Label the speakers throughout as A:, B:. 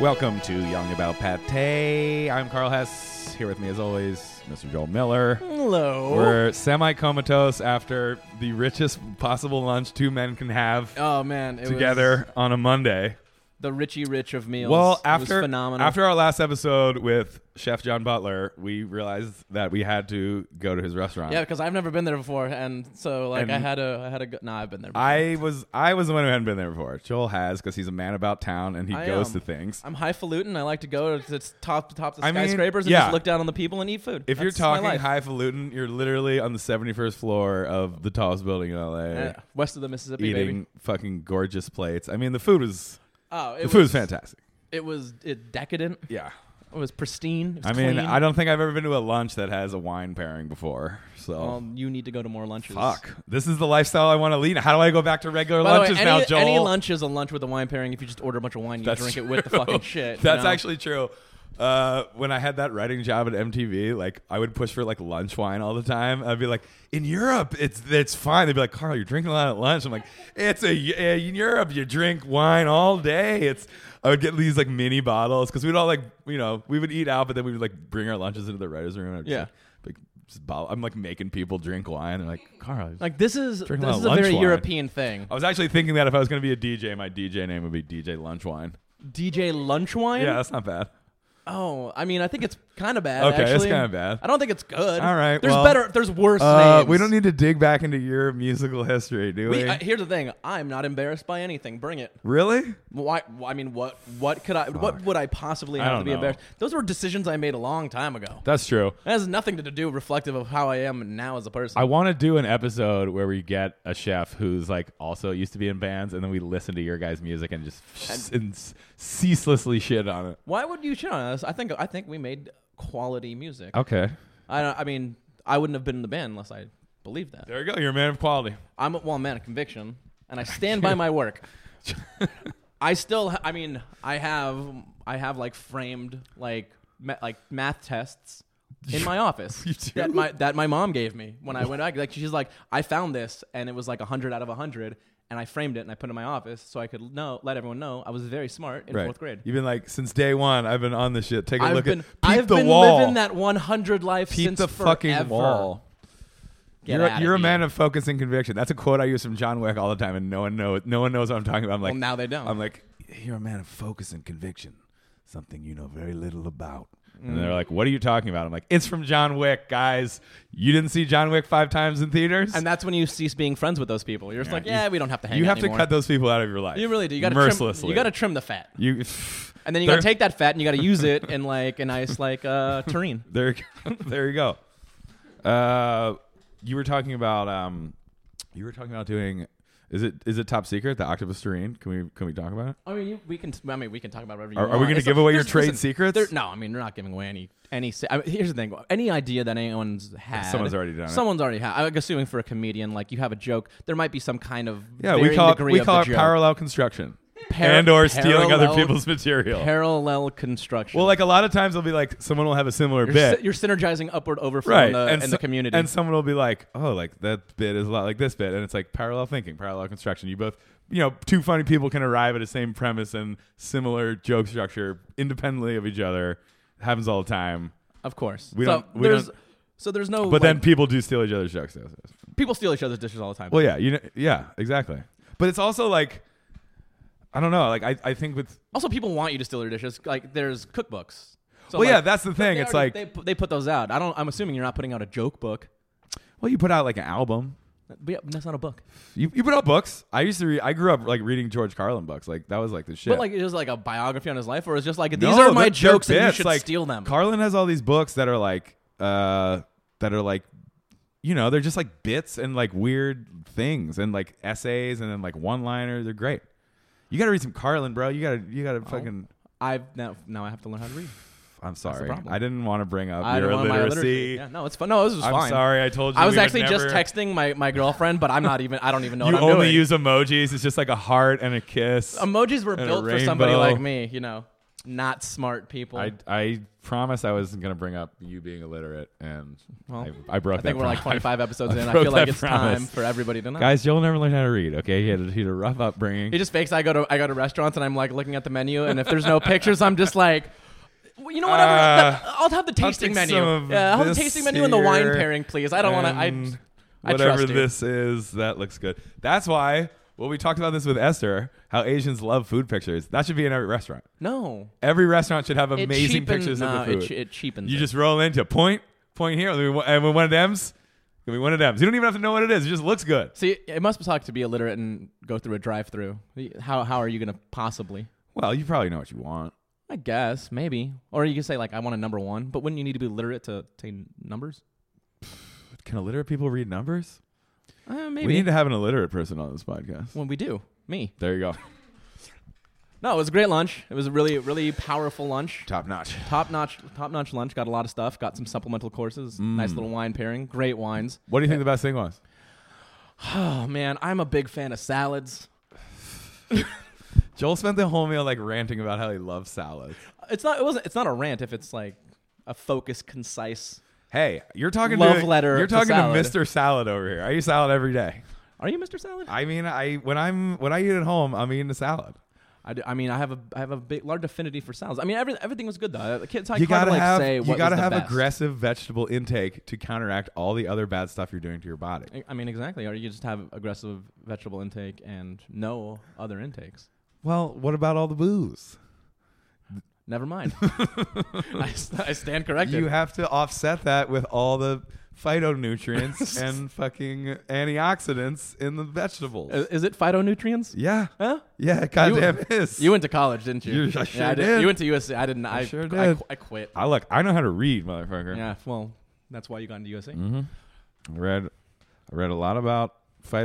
A: Welcome to Young About Pate. I'm Carl Hess. Here with me, as always, Mr. Joel Miller.
B: Hello.
A: We're semi comatose after the richest possible lunch two men can have
B: oh man, it
A: together
B: was
A: on a Monday.
B: the Richie Rich of meals.
A: Well,
B: It was
A: after
B: phenomenal.
A: after our last episode with Chef John Butler, we realized that we had to go to his restaurant.
B: yeah, because I've never been there before, and so like I
A: And-
B: had a I had a go- nah, I've been there. Before.
A: I was I was the one who hadn't been there before. Joel has because he's a man about town and he
B: I
A: goes to
B: am.
A: things.
B: I'm highfalutin. I like to go to to top top the
A: I mean,
B: skyscrapers and
A: yeah.
B: just look down on the people and eat food.
A: If you're
B: That's my
A: talking
B: life.
A: highfalutin, you're literally on the 71st floor of the tallest building in LA,
B: Uh, west of the Mississippi,
A: eating
B: baby.
A: fucking gorgeous plates. I mean, the food was
B: Oh, it
A: the
B: was,
A: food was fantastic.
B: It was it decadent.
A: Yeah.
B: It was pristine. It was
A: I mean,
B: clean.
A: I don't think I've ever been to a lunch that has a wine pairing before. So
B: Well, Um, you need to go to more lunches.
A: fuck, this is the lifestyle I want to lead. How do I go back to regular
B: By the way,
A: lunches
B: any,
A: now, Joel?
B: any lunch is a lunch with a wine pairing. If you just order a bunch of wine, you
A: That's
B: drink it with the
A: true.
B: fucking shit. you
A: That's
B: know?
A: actually true. Uh, when I had that writing job at MTV, like I would push for like lunch wine all the time. I'd be like, in Europe, it's it's fine. They'd be like, Carl, you're drinking a lot at lunch. I'm like, it's a in Europe, you drink wine all day. It's I would get these like mini bottles because we'd all like you know we would eat out, but then we would like bring our lunches into the writers' room. And I'd just,
B: Yeah.
A: like, like, just bottle. I'm like making people drink wine. They're like, Carl.
B: Like this is
A: Drinking a lot
B: this
A: of
B: is a
A: lunch
B: very
A: wine.
B: European thing.
A: I was actually thinking that if I was going to be a DJ, my DJ name would be DJ Lunch Wine.
B: DJ lunch wine.
A: Yeah, that's not bad.
B: Oh, I mean, I think it's kind of bad.
A: Okay, it's
B: actually.
A: kinda bad.
B: I don't think it's good.
A: All right,
B: There's
A: well,
B: better. There's worse
A: Uh,
B: names.
A: we don't need to dig back into your musical history, do we?
B: We, uh, here's the thing. I'm not embarrassed by anything. Bring it.
A: really?
B: Why? I mean, what? What could I? What would I possibly
A: I
B: have
A: don't
B: to be
A: know.
B: embarrassed? Those were decisions I made a long time ago.
A: That's true.
B: That has nothing to do reflective of how I am now as a person.
A: I want to do an episode where we get a chef who's like also used to be in bands, and then we listen to your guys' music and just s- and s- ceaselessly shit on it.
B: Why would you shit on us? I think I think we made quality music.
A: Okay.
B: I don't, I mean, I wouldn't have been in the band unless I believed that.
A: There you go. You're a man of quality.
B: I'm a, well, I'm a man of conviction, and I stand by my work. I still, ha- I mean, I have, I have like framed like ma- like math tests in my office
A: You do?
B: that my that my mom gave me when I went back. Like she's like, I found this, and it was like hundred out of hundred, and I framed it and I put it in my office so I could know let everyone know I was very smart in fourth grade.
A: You've been like since day one. I've been on this shit. Take a
B: I've
A: look
B: been,
A: at peep
B: I've
A: the
B: been
A: wall.
B: living that 100 life
A: peep
B: since
A: the fucking
B: forever.
A: wall.
B: Get
A: you're
B: outta
A: you're a
B: here.
A: man of focus and conviction. That's a quote I use from John Wick all the time, and no one knows. No one knows what I'm talking about. I'm like,
B: Well, now they don't.
A: I'm like, you're a man of focus and conviction, something you know very little about. And they're like, what are you talking about? I'm like, it's from John Wick, guys. You didn't see John Wick five times in theaters.
B: And that's when you cease being friends with those people. You're just like,
A: you-
B: yeah, we don't have to hang
A: you
B: out
A: have
B: anymore."
A: to cut those people out of your life.
B: You really do. You got to
A: mercilessly.
B: Trim, you got to trim the fat,
A: you.
B: and then you got to take that fat and you got to use it in like a nice like uh, tureen.
A: there, there you go. Uh, you were talking about um, you were talking about doing. Is it is it top secret? The Octopus Terrain? Can we can we talk about it?
B: I mean, you, we can. I mean, we can talk about whatever. You
A: Are- are we
B: want.
A: gonna
B: It's
A: give
B: not-
A: away your
B: there's-
A: trade
B: listen,
A: secrets?
B: there- No, I mean, we're not giving away any any. se- I mean, here's the thing: any idea that anyone's had,
A: Someone's already done it.
B: Someone's already had. I'm assuming for a comedian, like you have a joke, there might be some kind of
A: Yeah, we
B: varying
A: call it,
B: degree
A: we
B: of
A: call
B: the
A: it
B: joke.
A: parallel construction
B: Par-
A: and or stealing other
B: parallel-
A: people's material.
B: parallel construction.
A: well, like a lot of times, they'll be like, someone will have a similar
B: you're,
A: bit,
B: sy- you're synergizing upward overflow
A: right?
B: in, the, in
A: so-
B: the community.
A: and someone will be like, oh, like that bit is a lot like this bit, and it's like parallel thinking, parallel construction. You both, you know, two funny people can arrive at the same premise and similar joke structure independently of each other. Happens all the time,
B: of course,
A: we
B: so
A: don't- we
B: there's
A: don't-
B: so there's no.
A: but
B: like,
A: then people do steal each other's jokes. though.
B: people steal each other's dishes all the time.
A: Well, yeah, you know, yeah, exactly. But it's also like, I don't know, like I, I think with
B: Also, people want you to steal their dishes. Like, there's cookbooks. So,
A: well, yeah,
B: like,
A: that's the
B: they
A: thing. It's like
B: already- they, pu- they put those out. I don't. I'm assuming you're not putting out a joke book.
A: Well, you put out like an album.
B: But yeah, that's not a book.
A: You, you put out books. I used to read. I grew up like reading George Carlin books. Like that was like the shit.
B: But like, it was like a biography on his life, or it's just like these
A: No,
B: are
A: they're- they're
B: my jokes and you
A: bits.
B: should
A: like,
B: steal them.
A: Carlin has all these books that are like uh that are like you know they're just like bits and like weird things and like essays and then like one liner. They're great. You gotta read some Carlin, bro. You gotta you
B: Oh.
A: gotta fucking.
B: I've now now I have to learn how to read.
A: I'm sorry.
B: problem.
A: I didn't want to bring up
B: I
A: your
B: don't want my literacy.
A: illiteracy.
B: Yeah, no, it's fun. No, this is
A: I'm
B: fine.
A: sorry. I told you.
B: I was
A: we would
B: actually just
A: never-
B: texting my, my girlfriend, but I'm not even. I don't even know
A: You
B: what I'm
A: only
B: doing.
A: use emojis. It's just like a heart and a kiss.
B: Emojis were
A: and a
B: built for somebody
A: rainbow.
B: like me, you know. not smart people.
A: I, I promise I wasn't gonna bring up you being illiterate, and
B: Well,
A: I, I broke
B: I think
A: that.
B: we're like
A: promise.
B: 25 episodes
A: I
B: in. I
A: broke
B: feel like
A: that
B: it's
A: promise.
B: time for everybody to know.
A: Guys, you'll never learn how to read. Okay, he had a, he had a rough upbringing.
B: It just fakes. I go to I go to restaurants and I'm like looking at the menu, and if there's no pictures, I'm just like, well, you know what?
A: Uh,
B: I'll, have- I'll have the tasting
A: take
B: menu.
A: some of
B: Yeah, I'll have the
A: this
B: tasting menu and the wine
A: here
B: pairing, please. I don't want to.
A: and
B: I I
A: whatever
B: trust you.
A: this is, that looks good. That's why. Well, we talked about this with Esther. How Asians love food pictures. That should be in every restaurant.
B: no.
A: Every restaurant should have
B: It
A: amazing
B: cheapen-
A: pictures
B: no,
A: of the food.
B: It, che- it cheapens.
A: You
B: it.
A: just roll into point, point here, and we one of them's. Give me one of them's. You don't even have to know what it is. It just looks good.
B: see. It must suck to be illiterate and go through a drive-through. How how are you gonna possibly?
A: Well, you probably know what you want.
B: I guess maybe, or you could say like I want a number one, but wouldn't you need to be literate to obtain numbers?
A: Can illiterate people read numbers?
B: Uh, maybe
A: We need to have an illiterate person on this podcast.
B: when we do me.
A: There you go.
B: No, it was a great lunch. It was a really really powerful lunch.
A: Top notch.
B: Top notch, top notch lunch. Got a lot of stuff. Got some supplemental courses.
A: Mm.
B: Nice little wine pairing. Great wines.
A: What do you think the best thing was?
B: Oh man, I'm a big fan of salads.
A: Joel spent the whole meal like ranting about how he loves salads.
B: It's not. It wasn't. It's not a rant if it's like a focused, concise.
A: Hey, you're talking
B: Love
A: to,
B: letter
A: You're
B: to
A: talking to,
B: salad.
A: Mr. Salad over here. I eat salad every day.
B: Are you Mr. Salad?
A: I mean, I when I'm when I eat at home, I'm eating a salad.
B: I, do- I mean, I have a I have a big, large affinity for salads. I mean, every, everything was good though. Uh, The kids, I
A: you
B: kind
A: gotta
B: of like
A: have
B: say what
A: you
B: was
A: gotta
B: the
A: have
B: best.
A: aggressive vegetable intake to counteract all the other bad stuff you're doing to your body.
B: I mean, exactly. Or you just have aggressive vegetable intake and no other intakes.
A: Well, what about all the booze?
B: Never mind. I, st- I stand corrected.
A: You have to offset that with all the phytonutrients and fucking antioxidants in the vegetables.
B: is, is it phytonutrients?
A: yeah,
B: Huh?
A: yeah, it goddamn
B: You-
A: is.
B: You went to college, didn't you?
A: You- I sure
B: yeah, I
A: did.
B: You went to USC. I didn't. I,
A: sure
B: I
A: did.
B: qu- I, quit.
A: I look, I know how to read, motherfucker. Mm-hmm.
B: Yeah. Well, that's why you got into USC.
A: Mm. I read, I read a lot about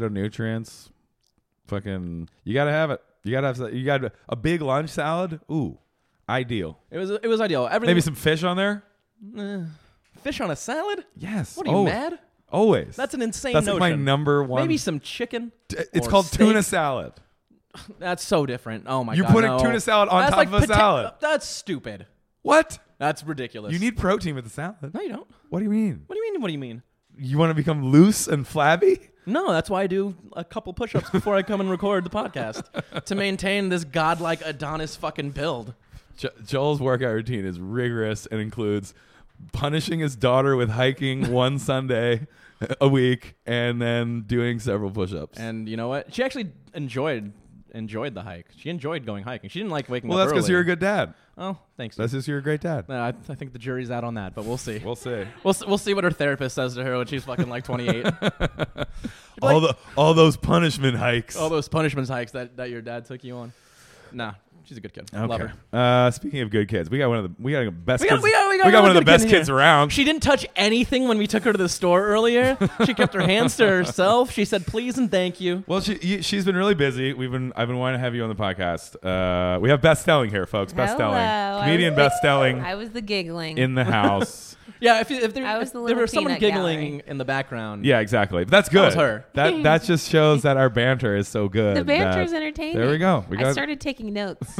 A: phytonutrients. Fucking, you gotta have it. You gotta have. sa- You got a big lunch salad. Ooh, ideal.
B: It was. It was ideal. Everything. eh,
A: Maybe some fish on there.
B: fish on a salad.
A: Yes.
B: What are you
A: always.
B: mad?
A: Always.
B: That's an insane
A: Oh. That's like
B: notion.
A: my number one.
B: Maybe some chicken.
A: it's
B: or
A: called
B: steak.
A: tuna salad.
B: That's so different. Oh my
A: You're
B: god.
A: putting
B: no.
A: tuna salad on
B: that's
A: top
B: like
A: of a
B: pota-
A: salad.
B: That's stupid.
A: What?
B: That's ridiculous.
A: You need protein with the salad.
B: No, you don't.
A: What do you mean?
B: What do you mean? What do you mean?
A: You want to become loose and flabby?
B: No, that's why I do a couple push-ups before I come and record the podcast to maintain this godlike Adonis fucking build.
A: Jo- Joel's workout routine is rigorous and includes punishing his daughter with hiking one Sunday a week and then doing several push-ups.
B: And you know what? She actually enjoyed enjoyed the hike. She enjoyed going hiking. She didn't like waking
A: well,
B: up.
A: that's because
B: early.
A: you're a good dad.
B: Oh, thanks.
A: That's just you're a great dad.
B: No, I, I think the jury's out on that, but we'll see.
A: We'll see.
B: We'll s- we'll see what her therapist says to her when she's fucking like 28.
A: all the all those punishment hikes.
B: All those punishments hikes that, that your dad took you on. Nah, she's a good kid. Love her.
A: Uh, speaking of good kids, we got one of the we got the best
B: We got-
A: kids.
B: we got- we got
A: one
B: one
A: of the
B: good kid
A: best
B: in here.
A: kids around.
B: She didn't touch anything when we took her to the store earlier. she kept her hands to herself. She said please and thank you.
A: Well, she you- she's been really busy. We've been I've been wanting to have you on the podcast. Uh, we have Beth Stelling here, folks. Beth
C: Hello. I
A: Stelling,
C: was
A: comedian Beth Stelling
C: I was the giggling.
A: in the house.
B: Yeah, if, you- if there,
C: I was
B: if
C: the
B: there
C: little
B: were someone
C: peanut
B: giggling
C: gallery.
B: in the background.
A: yeah, exactly. But that's good.
B: was her.
A: That that just shows that our banter is so good.
C: the banter's
A: that-
C: entertaining.
A: There we go. We
C: I
A: got
C: started taking notes.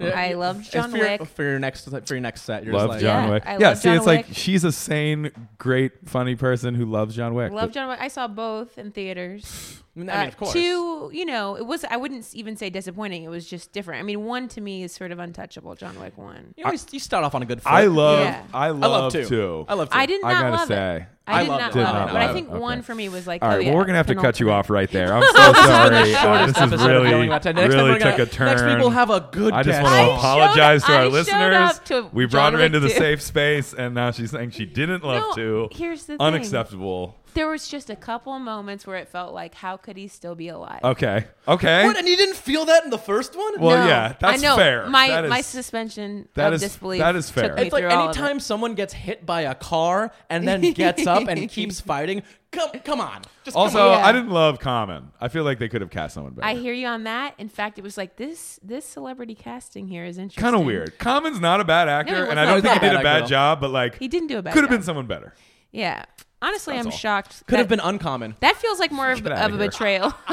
C: I loved John
B: for your,
C: Wick.
B: for your next for your next set. You're
A: love
B: just like,
A: John
C: Yeah,
A: Wick.
C: I
A: yeah,
C: love
A: see,
C: John
A: it's like
C: Wick.
A: she's a sane, great, funny person who loves John Wick.
C: Loved John Wick. I saw both in theaters.
B: I mean, I mean,
C: Uh,
B: of course.
C: Two, you know, it was. I wouldn't s- even say disappointing. It was just different. I mean, one to me is sort of untouchable. John Wick one.
B: You, always, you start off on a good foot.
A: I love
C: Yeah.
A: I
B: I love
A: love
B: two.
A: two.
B: I love two.
C: I did
A: I
C: not
A: gotta
C: love
A: say.
C: it.
B: I
C: I did
B: loved
C: not
B: it. Did
C: love
A: not
C: it. But
A: love
C: I think
A: it. Okay.
C: one for me was like.
A: All right,
C: oh, yeah,
A: well, we're gonna have to cut you
C: penultimate.
A: off right there. I'm so sorry.
B: Shortest
A: this is
B: episode of
A: really,
B: Yelling About Town. Next time
A: really
B: we're gonna-
A: took a turn.
B: Next week we'll have a good
A: I just
B: guest.
A: want
C: I
A: to
C: showed
A: apologize to
C: up-
A: our
C: I showed
A: listeners.
C: up to
A: we brought
C: John
A: her into
C: Wick
A: the
C: two.
A: safe space, and now she's saying she didn't love
C: No,
A: to.
C: here's the thing.
A: Unacceptable.
C: There was just a couple moments where it felt like, how could he still be alive?
A: Okay. Okay.
B: What? And you didn't feel that in the first one?
A: Well, Oh, yeah, that's
C: I know.
A: fair.
C: My
A: That
C: my
A: is-
C: suspension
A: that
C: of
A: is-
C: disbelief.
A: that is
C: took
A: fair.
C: me
B: It's like
C: through all of
B: anytime someone gets hit by a car and then gets up and keeps fighting. Come, come on. Just come
A: Also,
B: on.
C: Yeah.
A: I didn't love Common. I feel like they could have cast someone
C: it. I
A: better.
C: hear you on that. In fact, it was like this this celebrity casting here is interesting.
A: Kind of weird. Common's not a bad actor,
C: wasn't.
A: and I
C: No,
A: don't
C: he's
A: think he
C: not a
A: did a
B: bad
A: bad
B: actor.
A: job. But like,
C: He didn't do a bad.
A: could have been
C: job.
A: someone better.
C: Yeah. Honestly,
A: That's
C: I'm
A: all.
C: shocked.
B: Could have
C: that-
B: been uncommon.
C: That feels like more of,
A: Get outta
C: of a
A: here.
C: betrayal.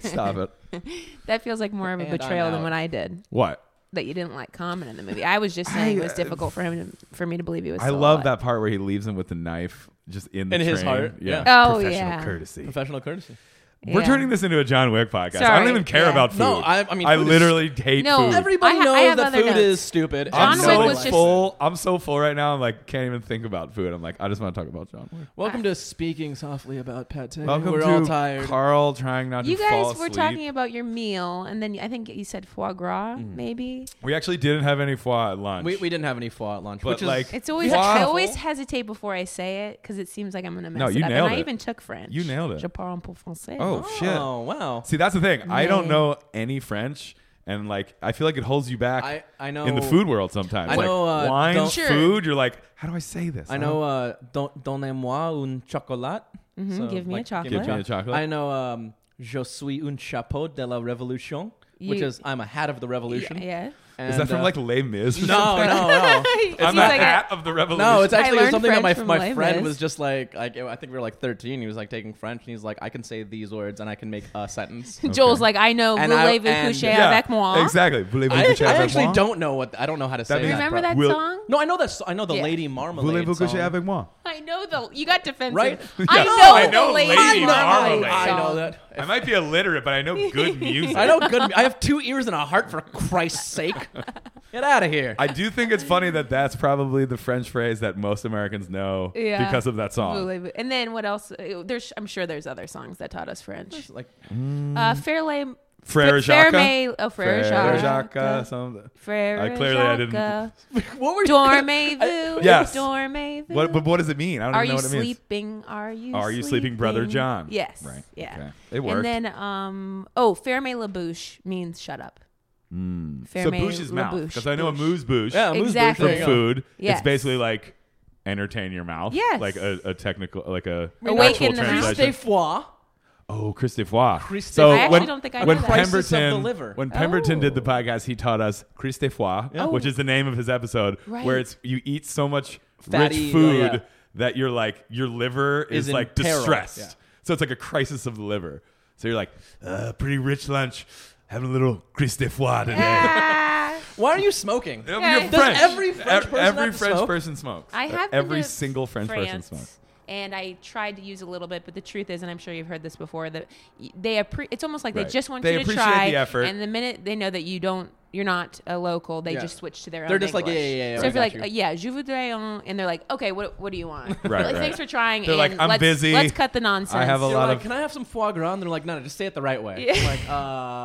A: Stop it.
C: that feels like more of a
B: And I'm
C: betrayal than
B: out.
C: what I did.
A: What?
C: that you didn't like Common in the movie. I was just saying it was difficult for him to, for me to believe he was.
A: uh, I
C: still
A: love
C: alive.
A: that part where he leaves him with the knife just in the
B: In his
A: train.
B: heart,
C: yeah. Oh,
A: professional
C: yeah.
A: courtesy.
B: Professional courtesy.
A: We're
C: Yeah.
A: turning this into a John Wick podcast. I
C: Sorry,
A: don't even care
C: yeah.
A: about food.
B: No, I- I mean,
A: I
B: food is-
A: literally hate
C: No,
A: food.
C: every-
B: Everybody
C: I ha- I
B: knows
C: have
B: that
C: other
B: food
C: notes.
B: is stupid.
C: John
A: I'm
B: and
C: Wick
A: so
B: nobody
C: was
B: likes
C: just-
B: it.
A: full. I'm so full right now. I'm like can't even think about food. I'm like I just want to talk about John Wick.
B: Welcome to speaking softly about Pat Tang.
A: Welcome
B: We're
A: to
B: all tired.
A: Carl trying not
C: You
A: to fall
C: guys were
A: asleep. Mm.
C: talking about your meal, and then I think you said foie gras, maybe.
A: We actually didn't have any foie at lunch.
B: we, we didn't have any foie at lunch,
A: But,
B: which is
A: like-
C: It's always
A: Foie.
C: I always hesitate before I say it because it seems like I'm gonna mess
A: No, you
C: it up.
A: nailed
C: and
A: it.
C: I even took French.
A: You nailed it.
C: Je parle un peu français.
A: oh shit.
B: Oh wow.
A: See, that's the thing. I don't
C: Man.
A: know any French, and like I feel like it holds you back.
B: I I know
A: in the food world sometimes.
B: I
A: like
B: know, uh,
A: wine,
B: don't-
C: Sure.
A: food. You're like, how do I say this?
B: I know.
A: Uh-huh.
B: Uh, don't donnez-moi un chocolat. So,
C: Mm-hmm, give me a chocolate.
A: Give me a chocolate.
B: I know. Um, Je suis un chapeau de la révolution, which
C: You-
B: is I'm a hat of the revolution.
C: Yeah. yeah.
A: Is that
B: And,
A: from
B: uh,
A: like Les Mis? Or
B: No,
A: something?
B: no, no.
C: It
A: Oh, I'm
C: seems
A: a
C: like uh,
A: hat of the revolution.
B: No, it's
C: I
B: actually
C: learned
B: something that my,
C: French from
B: my
C: Les
B: friend
C: Mis.
B: was just like, like I think we were like 13. He was like taking French, and he's like, I can say these words and I can make a sentence.
C: a- Joel's like I know
B: And I-
C: voulez-vous
B: and-
C: coucher
A: yeah,
C: avec moi.
A: exactly. Voulez-vous
B: I,
A: coucher
B: I
A: avec
B: actually
A: moi?
B: don't know what I don't know how to say
A: means-
B: that.
C: Remember that
A: Will-
C: song?
B: No, I know that. so- I know the
C: Yeah.
B: Lady Marmalade.
A: Voulez-vous coucher
B: song.
A: avec moi?
C: I know the you got defensive.
B: Right?
A: Yeah.
C: I
A: No,
C: know
A: I
C: the
A: know
C: lady,
A: Lady
C: Marmalade
A: Marmalade.
B: I
C: song.
B: know that.
A: I might be illiterate, but I know good music.
B: I know good. I have two ears and a heart for Christ's sake. Get out of here.
A: I do think it's funny that that's probably the French phrase that most Americans know
C: Yeah.
A: because of that song.
C: Voulez-vous- And then what else? Uh, There's I'm sure there's other songs that taught us French.
B: like
C: Uh, Fairlay.
A: Mm. Frere Mm-hmm. Jacques.
C: Fairmay. Oh, Frere
A: Frere
C: Jacques.
A: Jacques. uh, some-
C: Frere
A: I clearly I didn't-
C: Jacques.
B: what were you?
C: Dormez-vous?
A: Yes.
C: Dormez-vous?
A: What, but what does it mean? I don't
C: Are
A: even know
C: you
A: what it means.
C: sleeping? Are you?
A: Are you sleeping, Brother John?
C: Yes.
A: Right.
C: Yeah.
A: Okay. It worked.
C: And then, um, oh, Ferme Labouche means shut up. Mm.
A: Hmm. so bouche is mouth because I know a moose bouche
B: Yeah, moose
A: from
B: bouche,
C: Exactly.
B: there you go.
A: food. It's
C: Yes.
A: basically like entertain your mouth.
C: Yes.
A: Like a, a technical, like a
C: Awaken
A: actual
C: the mouth.
A: translation.
B: Christe foy.
A: Oh, Christy Foy.
B: Christe
A: So
B: I
A: when,
B: actually
C: don't think I
A: when
C: knew that.
A: Pemberton,
B: Crisis of the liver. Oh.
A: when Pemberton did the podcast, he taught us Christy Foy, which
C: Oh.
A: is the name of his episode,
C: Right.
A: where it's you eat so much
B: Fatty,
A: rich
B: oh,
A: food
B: yeah.
A: that you're like your liver is,
B: Is in
A: like
B: peril,
A: distressed.
B: yeah.
A: So it's like a crisis of the liver. So you're like, uh, pretty rich lunch, having a little Christy Foy today.
C: Ah,
B: Why are you smoking?
C: Yeah.
A: You're
C: Does
A: French.
B: every French
A: Ev-
B: person
A: every
B: have to
A: French
B: smoke?
A: person smokes. E-
C: I have been
A: every
C: to
A: single French person
C: France,
A: smokes.
C: And I tried to use a little bit, but the truth is, and I'm sure you've heard this before, that y- they appre- it's almost like
A: Right.
C: they just want
A: They
C: you to
A: appreciate
C: try.
A: the effort.
C: And the minute they know that you don't, you're not a local, they
B: Yeah.
C: just switch to their
B: They're
C: own
B: just like, yeah,
C: English.
B: yeah, yeah,
C: So
B: right,
C: if you're like,
B: got
C: uh, yeah, je voudrais un, and they're like, okay, what, what do you want?
A: Right, right.
C: Like, Thanks for trying.
A: They're
C: and
A: like, "I'm
C: let's,
A: busy.
C: Let's cut the nonsense.
A: I have a
B: You're
A: lot
B: like,
A: of-
B: can I have some foie gras? And they're like, no, no, just say it the right way.
C: Yeah.
B: I'm like,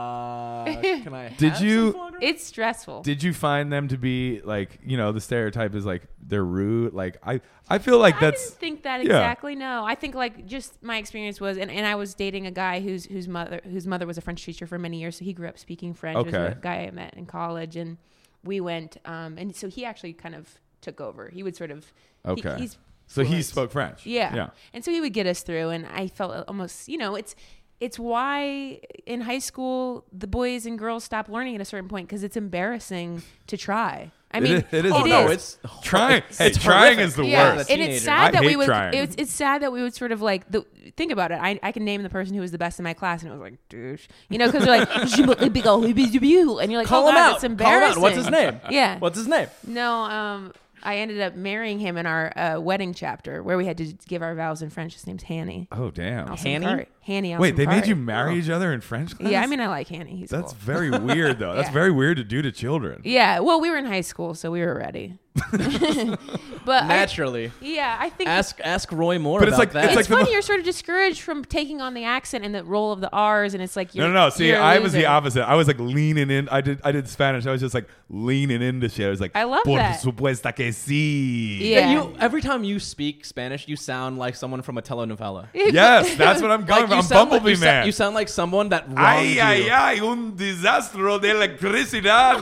B: uh, can I?
A: Did
B: have
A: you-
B: Some foie gras?
C: It's stressful.
A: Did you find them to be like you know the stereotype is like they're rude? Like I I feel like
C: I
A: that's
C: didn't think that
A: yeah.
C: exactly. No, I think like just my experience was, and, and I was dating a guy whose whose mother whose mother was a French teacher for many years, so he grew up speaking French. It
A: Okay.
C: was a guy I met in college, and we went, um, and so he actually kind of took over. He would sort of he-
A: okay.
C: he's
A: so he
C: fluent.
A: spoke French.
C: Yeah.
A: Yeah.
C: And so he would get us through and I felt almost, you know, it's it's why in high school the boys and girls stop learning at a certain point cuz it's embarrassing to try. I mean,
A: it, it is.
B: Oh
C: it
B: no,
C: is.
B: it's
A: trying.
B: it's
A: Hey, trying
B: horrific.
A: is the
C: yeah,
A: worst.
B: It-
C: and
B: Teenager.
C: it's
A: I
C: sad that
A: hate
C: we would.
A: trying.
C: It's, it's sad that we would sort of like the think about it. I, I can name the person who was the best in my class, and it was like douche, you know, because they're like eh, "Je m'appelle Bigot, le bis du biou," and you're like,
B: call
C: oh
B: him out.
C: God, It's
B: Call him
C: embarrassing.
B: out. What's his name?
C: Yeah.
B: What's his name?
C: No, um, I ended up marrying him in our uh, wedding chapter where we had to give our vows in French. His name's Hanny.
A: oh damn.
C: Alson
B: Hanny?
C: Kari. Hanny.
A: Wait,
C: Alson
A: they made
C: Kari.
A: you marry each other in French class?
C: Oh. Yeah, I mean, I like Hanny. He's
A: that's
C: cool.
A: very weird though. That's
C: Yeah.
A: very weird to do to children.
C: Yeah, well, we were in high school, so we were ready. but I,
B: Naturally.
C: yeah, I think
B: Ask ask Roy more
A: But it's
B: about
A: like-
B: that.
A: it's
C: it's
A: like- the
C: funny
A: mo-
C: you're sort of discouraged from taking on the accent and the role of the R's, and it's like you're
A: No, no, no. See,
C: you're a
A: I was the
C: loser.
A: opposite. I was like leaning in. I did, I did Spanish. I was just like leaning into shit. I was like,
C: I love
A: Por
C: that.
A: supuesto que sí.
C: Yeah.
B: Yeah, you every time you speak Spanish, you sound like someone from a telenovela.
A: Yes, that's what I'm going
B: Like,
A: for.
B: you
A: I'm
B: sound
A: Bumblebee
B: like, you sou-
A: Man.
B: you sound like someone that wronged
A: Ay, ay,
B: you.
A: ay, un desastro de electricidad.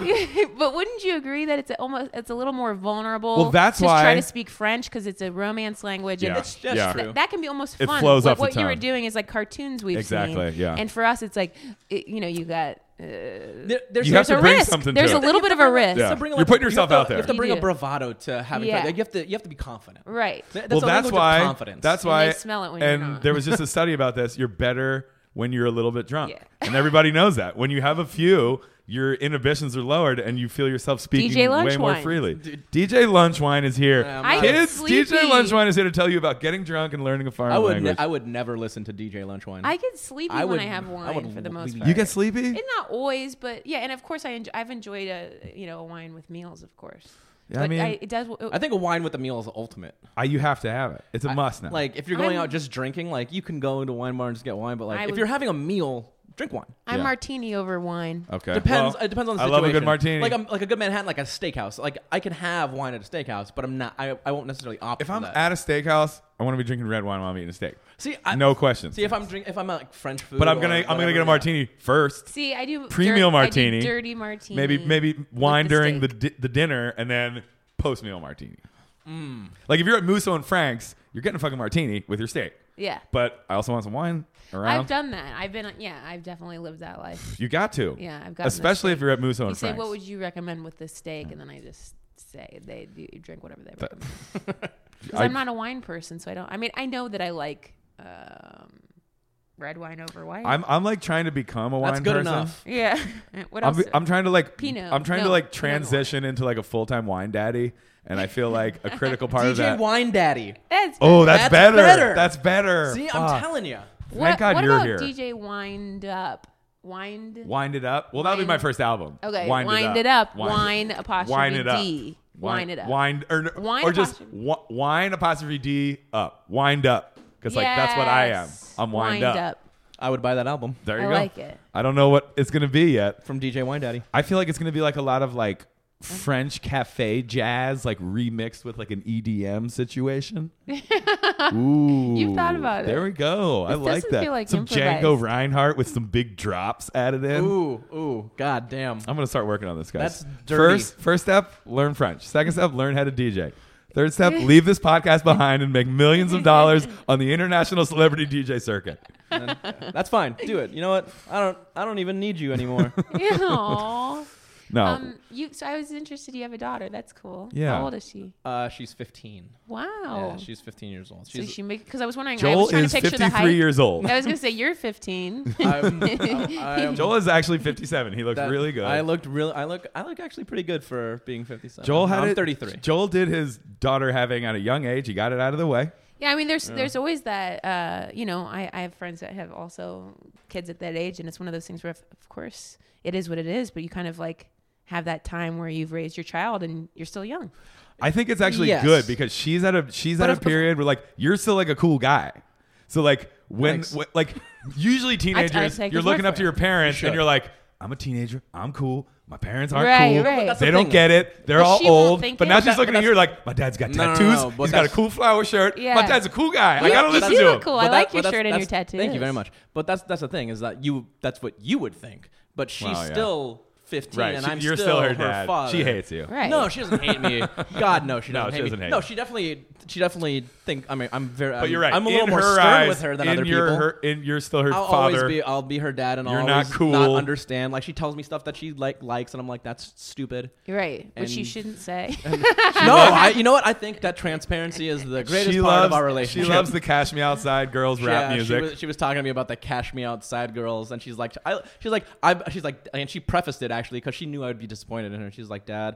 C: but wouldn't you agree that it's almost it's a little more vulnerable?
A: Well, that's
C: to
A: why-
C: try to speak French because it's a romance language.
A: Yeah,
C: And
A: It's-
C: it's,
A: that's yeah.
B: true.
C: That can be almost
A: It
C: fun.
A: flows
C: what
A: off the
C: what you were
A: tongue.
C: doing is like cartoons we've seen.
A: Exactly, yeah.
C: And for us, it's like it, you know you got uh,
B: There- there's
A: You have
C: there's
A: to
C: a
A: bring
C: risk.
A: something to
C: there's
A: it.
C: a little bit of a risk.
A: Yeah.
B: to bring,
A: You're
B: like,
A: putting
B: you have
A: yourself
B: to-
A: out there.
B: You have to
C: You
B: bring a
C: do.
B: bravado to having.
C: Yeah.
B: Like, you have to you have to be confident.
C: Right.
B: Th- That's
A: well,
B: a
A: that's
B: language of
A: why.
B: confidence.
A: That's
C: And
A: why.
C: they smell it when you're
A: and
C: not.
A: there was just a study about this. You're better when you're a little bit drunk.
C: Yeah.
A: And everybody knows that. When you have a few, your inhibitions are lowered and you feel yourself speaking
C: DJ
A: way more
C: Lunchwine.
A: freely. DJ Lunchwine is here.
B: Yeah, I'm
C: I
B: out.
C: get
A: Kids, DJ
C: sleepy.
A: Lunchwine is here to tell you about getting drunk and learning a foreign
B: I would ne-
A: language.
B: I would never listen to DJ Lunchwine.
C: I get sleepy
B: I
C: when
B: would-
C: I have
B: I
C: wine
B: would
C: for the
B: l-
C: most
B: you
C: part.
A: you get sleepy?
C: It's not always, but yeah, and of course I enjoy, I've enjoyed a you know a wine with meals, of course.
A: Yeah, I
C: but
A: mean-
C: it does.
B: I think a wine with a meal is the ultimate.
A: I, you have to have it. It's a
B: I-
A: must now.
B: Like if you're going
C: I'm-
B: out just drinking, like you can go into a wine bar and just get wine. But like
C: I
B: if
C: would-
B: you're having a meal, drink wine.
C: I'm
A: Yeah. Oh.
C: martini over wine.
A: okay.
B: Depends.
A: Well,
B: it depends on the
A: I
B: situation.
A: love a good martini.
B: Like a, like a good Manhattan, like a steakhouse. Like I can have wine at a steakhouse, but I'm not. I, I won't necessarily opt.
A: if
B: for
A: I'm
B: that.
A: at a steakhouse, I want to be drinking red wine while I'm eating a steak.
B: see, I,
A: no questions.
B: See if I'm drink if I'm at like French food.
A: but I'm
B: or
A: gonna I'm gonna
B: whatever,
A: get a martini first.
C: See, I do
A: Pre-meal
C: dirt- I do
A: martini.
C: dirty martini.
A: maybe maybe wine
C: the
A: during
C: steak.
A: the di- the dinner and then post meal martini.
C: Mm.
A: Like if you're at Musso and Frank's, you're getting a fucking martini with your steak.
C: Yeah,
A: But I also want some wine around.
C: I've done that. I've been yeah, I've definitely lived that life.
A: you got to.
C: Yeah, I've gotten that
A: Especially if you're at Musso
C: You
A: and
C: say
A: Frank's.
C: what would you recommend with this steak, and then I just say they do drink whatever they recommend. Because
A: I-
C: I'm not a wine person, so I don't. I mean, I know that I like um, red wine over white.
A: I'm I'm like trying to become a wine
B: That's good
A: person.
B: enough.
C: yeah. what else?
A: I'm, I'm trying to like
C: Pinot.
A: I'm trying to
C: No,
A: like
C: Pinot
A: transition into like a full time wine daddy, and I feel like a critical part
B: DJ
A: of that.
B: Wine Daddy.
C: That's
A: oh, that's,
B: That's
A: better.
B: better.
A: That's better.
B: See,
A: Fuck.
B: I'm telling you.
C: What,
A: God
C: what
A: you're
C: about
A: here.
C: DJ Wind Up? Wind.
A: Wind it up. Well, that'll be my
C: Wind-
A: first album.
C: Okay,
A: wind,
C: it up.
A: Wind,
C: Wine apostrophe
A: Wine it up.
C: D. Wine, it up.
A: Wind or, no-
C: Wine
A: or just
C: apostrophe-
A: wi- wine apostrophe D up. Wind up. Because like that's what I am.
C: Yes.
A: I'm wind, up.
B: I would buy that album
A: There
C: I
A: you go.
C: like it.
A: I don't know what it's gonna be yet.
B: from DJ Wine Daddy.
A: I feel like it's gonna be like a lot of like
C: Mm-hmm.
A: French cafe jazz, like remixed with like an EDM situation. Ooh,
C: You've thought about it.
A: There we go. I like
C: doesn't
A: that.
C: feel like
A: some Django
C: improvised.
A: Reinhardt with some big drops added in.
B: Ooh, ooh, god damn.
A: I'm gonna start working on this, guys.
B: That's dirty.
A: First, first step, learn French. Second step, learn how to DJ. Third step, leave this podcast behind and make millions of dollars on the international celebrity DJ circuit.
B: That's fine. Do it. You know what? I don't I don't even need you anymore.
C: Aw.
A: No,
C: Um, you. So I was interested. You have a daughter. That's cool.
A: Oh. Yeah.
C: How old is she?
B: uh, she's 15.
C: Wow.
B: Yeah, she's 15 years old.
C: Oh. so
B: She's
C: she make because I was wondering. I was
A: Joel
C: trying
A: is
C: to picture the
A: 53
C: height.
A: years old.
C: I was gonna say you're 15.
B: I'm, I'm, I'm-
A: Joel is actually 57. He looks
B: that-
A: really good.
B: I looked really. I look. I look actually pretty good for being 57.
A: Joel had
B: I'm
A: it.
B: 33.
A: Joel did his daughter having at a young age. He got it out of the way.
C: yeah, I mean, there's there's always that. Uh, you know, I, I have friends that have also kids at that age, and it's one of those things where, of, of course, it is what it is. But you kind of like have that time where you've raised your child and you're still young.
A: I think it's actually
B: Yes.
A: good because she's at a she's
B: But
A: at a
B: if- if-
A: period where like you're still like a cool guy. So like when
B: Thanks.
A: wh- like usually teenagers
C: take
A: you're
C: his word
A: looking up
C: for
A: to
C: it.
A: your parents and
B: should.
A: you're like I'm a teenager. I'm cool. My parents aren't
C: Right,
A: cool.
C: right. That's
A: They
B: the
A: don't
B: thing.
A: get it. They're
C: But
A: all
C: she won't
A: old.
C: think
A: But
C: it.
A: now she's
B: That-
A: looking
B: but
A: at you like my dad's got
B: No, no, no,
A: tattoos.
B: no, but
A: He's got a
B: that's-
A: cool flower shirt. My
C: Yeah.
A: dad's a cool guy. I
C: You-
A: gotta listen
C: you
A: to
C: look
A: him.
C: cool.
B: But
C: I like
B: that-
C: your
B: but
C: shirt and your
B: that's-
C: tattoos.
B: Thank you very much. But that's that's the thing is that you that's what you would think. But she's
A: Wow, yeah.
B: still 15,
A: Right.
B: and
A: she-
B: I'm
A: you're
B: still,
A: her dad.
B: father.
A: She hates you.
C: Right.
B: No, she doesn't hate me. God, no, she
A: No,
B: doesn't
A: she
B: hate
A: doesn't
B: me.
A: hate
B: no,
A: you.
B: she definitely, she definitely think. I mean, I'm very.
A: But you're right.
B: I'm a little
A: in
B: more
A: her
B: stern
A: eyes,
B: with her than
A: in
B: other
A: your,
B: people.
A: Her, in you're still her
B: I'll
A: father.
B: always be. I'll be her dad, and I'll
A: You're not
B: always
A: cool.
B: not understand. Like she tells me stuff that she like likes, and I'm like, that's stupid.
C: You're right, which you
B: And-
C: shouldn't say.
B: no, I, you know what? I think that transparency is the greatest part of our relationship.
A: She loves the Cash Me Outside girls
B: Yeah,
A: rap
B: she
A: music.
B: was- She was, talking to me about the "Cash Me Outside" girls, and she's like, I, she's like, I, she's like, and she prefaced it actually because she knew I would be disappointed in her. She's like, Dad,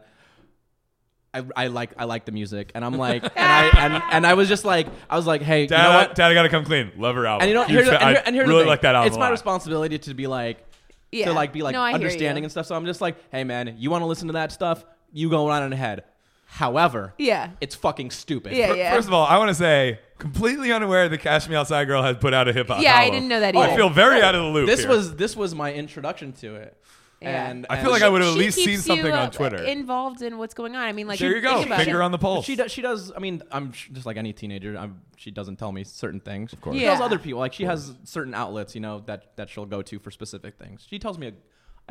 B: I, I like, I like the music, and I'm like, and I, and, and I was just like, I was like, Hey,
A: Dad,
B: you know what?
A: Dad, I gotta come clean. Love her album.
B: and you know,
A: Huge
B: here's,
A: fan.
B: and, here, and here's
A: I really
B: the thing.
A: like that album.
B: It's
A: a
B: my
A: lot.
B: responsibility to be like,
C: Yeah.
B: to like be like
C: No, I hear
B: understanding
C: you.
B: and stuff. So I'm just like, Hey, man, you want to listen to that stuff? You go on ahead. However,
C: Yeah.
B: it's fucking stupid.
C: Yeah,
A: Fir- First of all, I want to say, completely unaware that Cash Me Outside girl has put out a hip hop.
C: Yeah, I
A: album. Oh,
C: didn't know that
A: I
C: either.
A: feel very out of the loop.
B: E This
A: here.
B: was this was my introduction to it.
C: Yeah.
B: And,
A: I
B: and
A: feel like I would have at
C: She
A: least seen
C: keeps
A: something
C: you,
A: on
C: uh,
A: Twitter.
C: Involved in what's going on. I mean, like
A: there you go.
C: think about
A: Finger
C: it.
A: on the pulse.
B: She does. She does. I mean, I'm sh- just like any teenager. I'm, she doesn't tell me certain things. Of
A: course.
B: She tells
C: Yeah.
B: other people. Like she has certain outlets, you know, that that she'll go to for specific things. She tells me, a,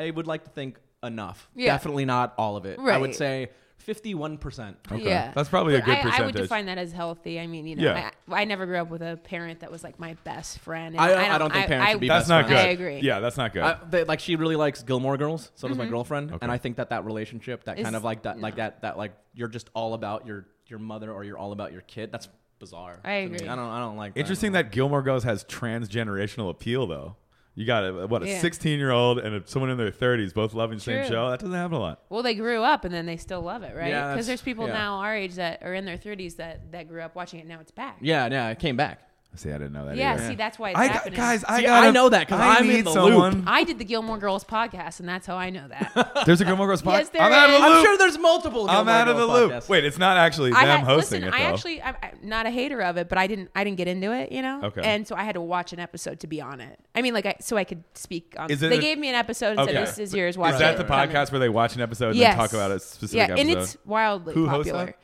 B: I would like to think enough.
C: Yeah.
B: Definitely not all of it. I would
C: Right.
B: say fifty-one percent.
A: Okay.
C: Yeah,
A: That's probably a
C: But
A: good
C: I, I would
A: percentage.
C: define that as healthy. I mean, you know,
A: Yeah.
C: I, I never grew up with a parent that was like my best friend. and
B: I don't- I don't think parents should be
A: that's
B: best
A: not good.
B: friends.
C: I agree.
A: Yeah, that's not good.
B: I, they, like she really likes Gilmore Girls. So does my girlfriend. And I think that that relationship, that
C: Mm-hmm. Is-
B: kind of like that, like
C: no.
B: that, that like you're just all about your your mother or you're all about your kid. That's bizarre.
C: I
B: to me.
C: agree.
B: I don't. I don't like.
A: Interesting that Gilmore Girls has transgenerational appeal, though. You got a, what a
C: Yeah.
A: 16 year old and a, someone in their 30s both loving the same
C: True.
A: show. That doesn't happen a lot.
C: Well, they grew up and then they still love it, right?
B: Yeah, that's-
C: Because there's people
B: yeah.
C: now our age that are in their 30s that that grew up watching it. Now it's back.
B: Yeah, yeah, it came back.
A: See, I didn't know that.
C: Yeah.
A: either.
C: See, that's why it's
A: I got,
C: happening.
A: guys, I
B: See,
A: got.
B: I know that 'cause I'm in the loop.
C: I did the Gilmore Girls podcast, and that's how I know that.
A: There's a Gilmore Girls podcast.
C: Yes, there
A: I'm out of
C: is.
A: the loop.
B: I'm sure there's multiple.
A: I'm
B: Gilmore
A: out of the
B: Girls
A: loop.
B: podcasts.
A: Wait, it's not actually
C: I
A: them
C: had,
A: hosting
C: listen,
A: it
C: I
A: though.
C: actually, I'm, I'm not a hater of it, but I didn't, I didn't get into it, you know.
A: Okay.
C: And so I had to watch an episode to be on it. I mean, like, I, so I could speak on.
A: Is it
C: they
A: a-
C: gave me an episode and
A: Okay.
C: said, "This is yours." Watch
A: is that
C: it.
A: the
C: Come in."
A: podcast where they watch an episode and
C: Yes.
A: then talk about a specific
C: yeah,
A: episode?
C: and it's wildly
A: Who hosts
C: popular.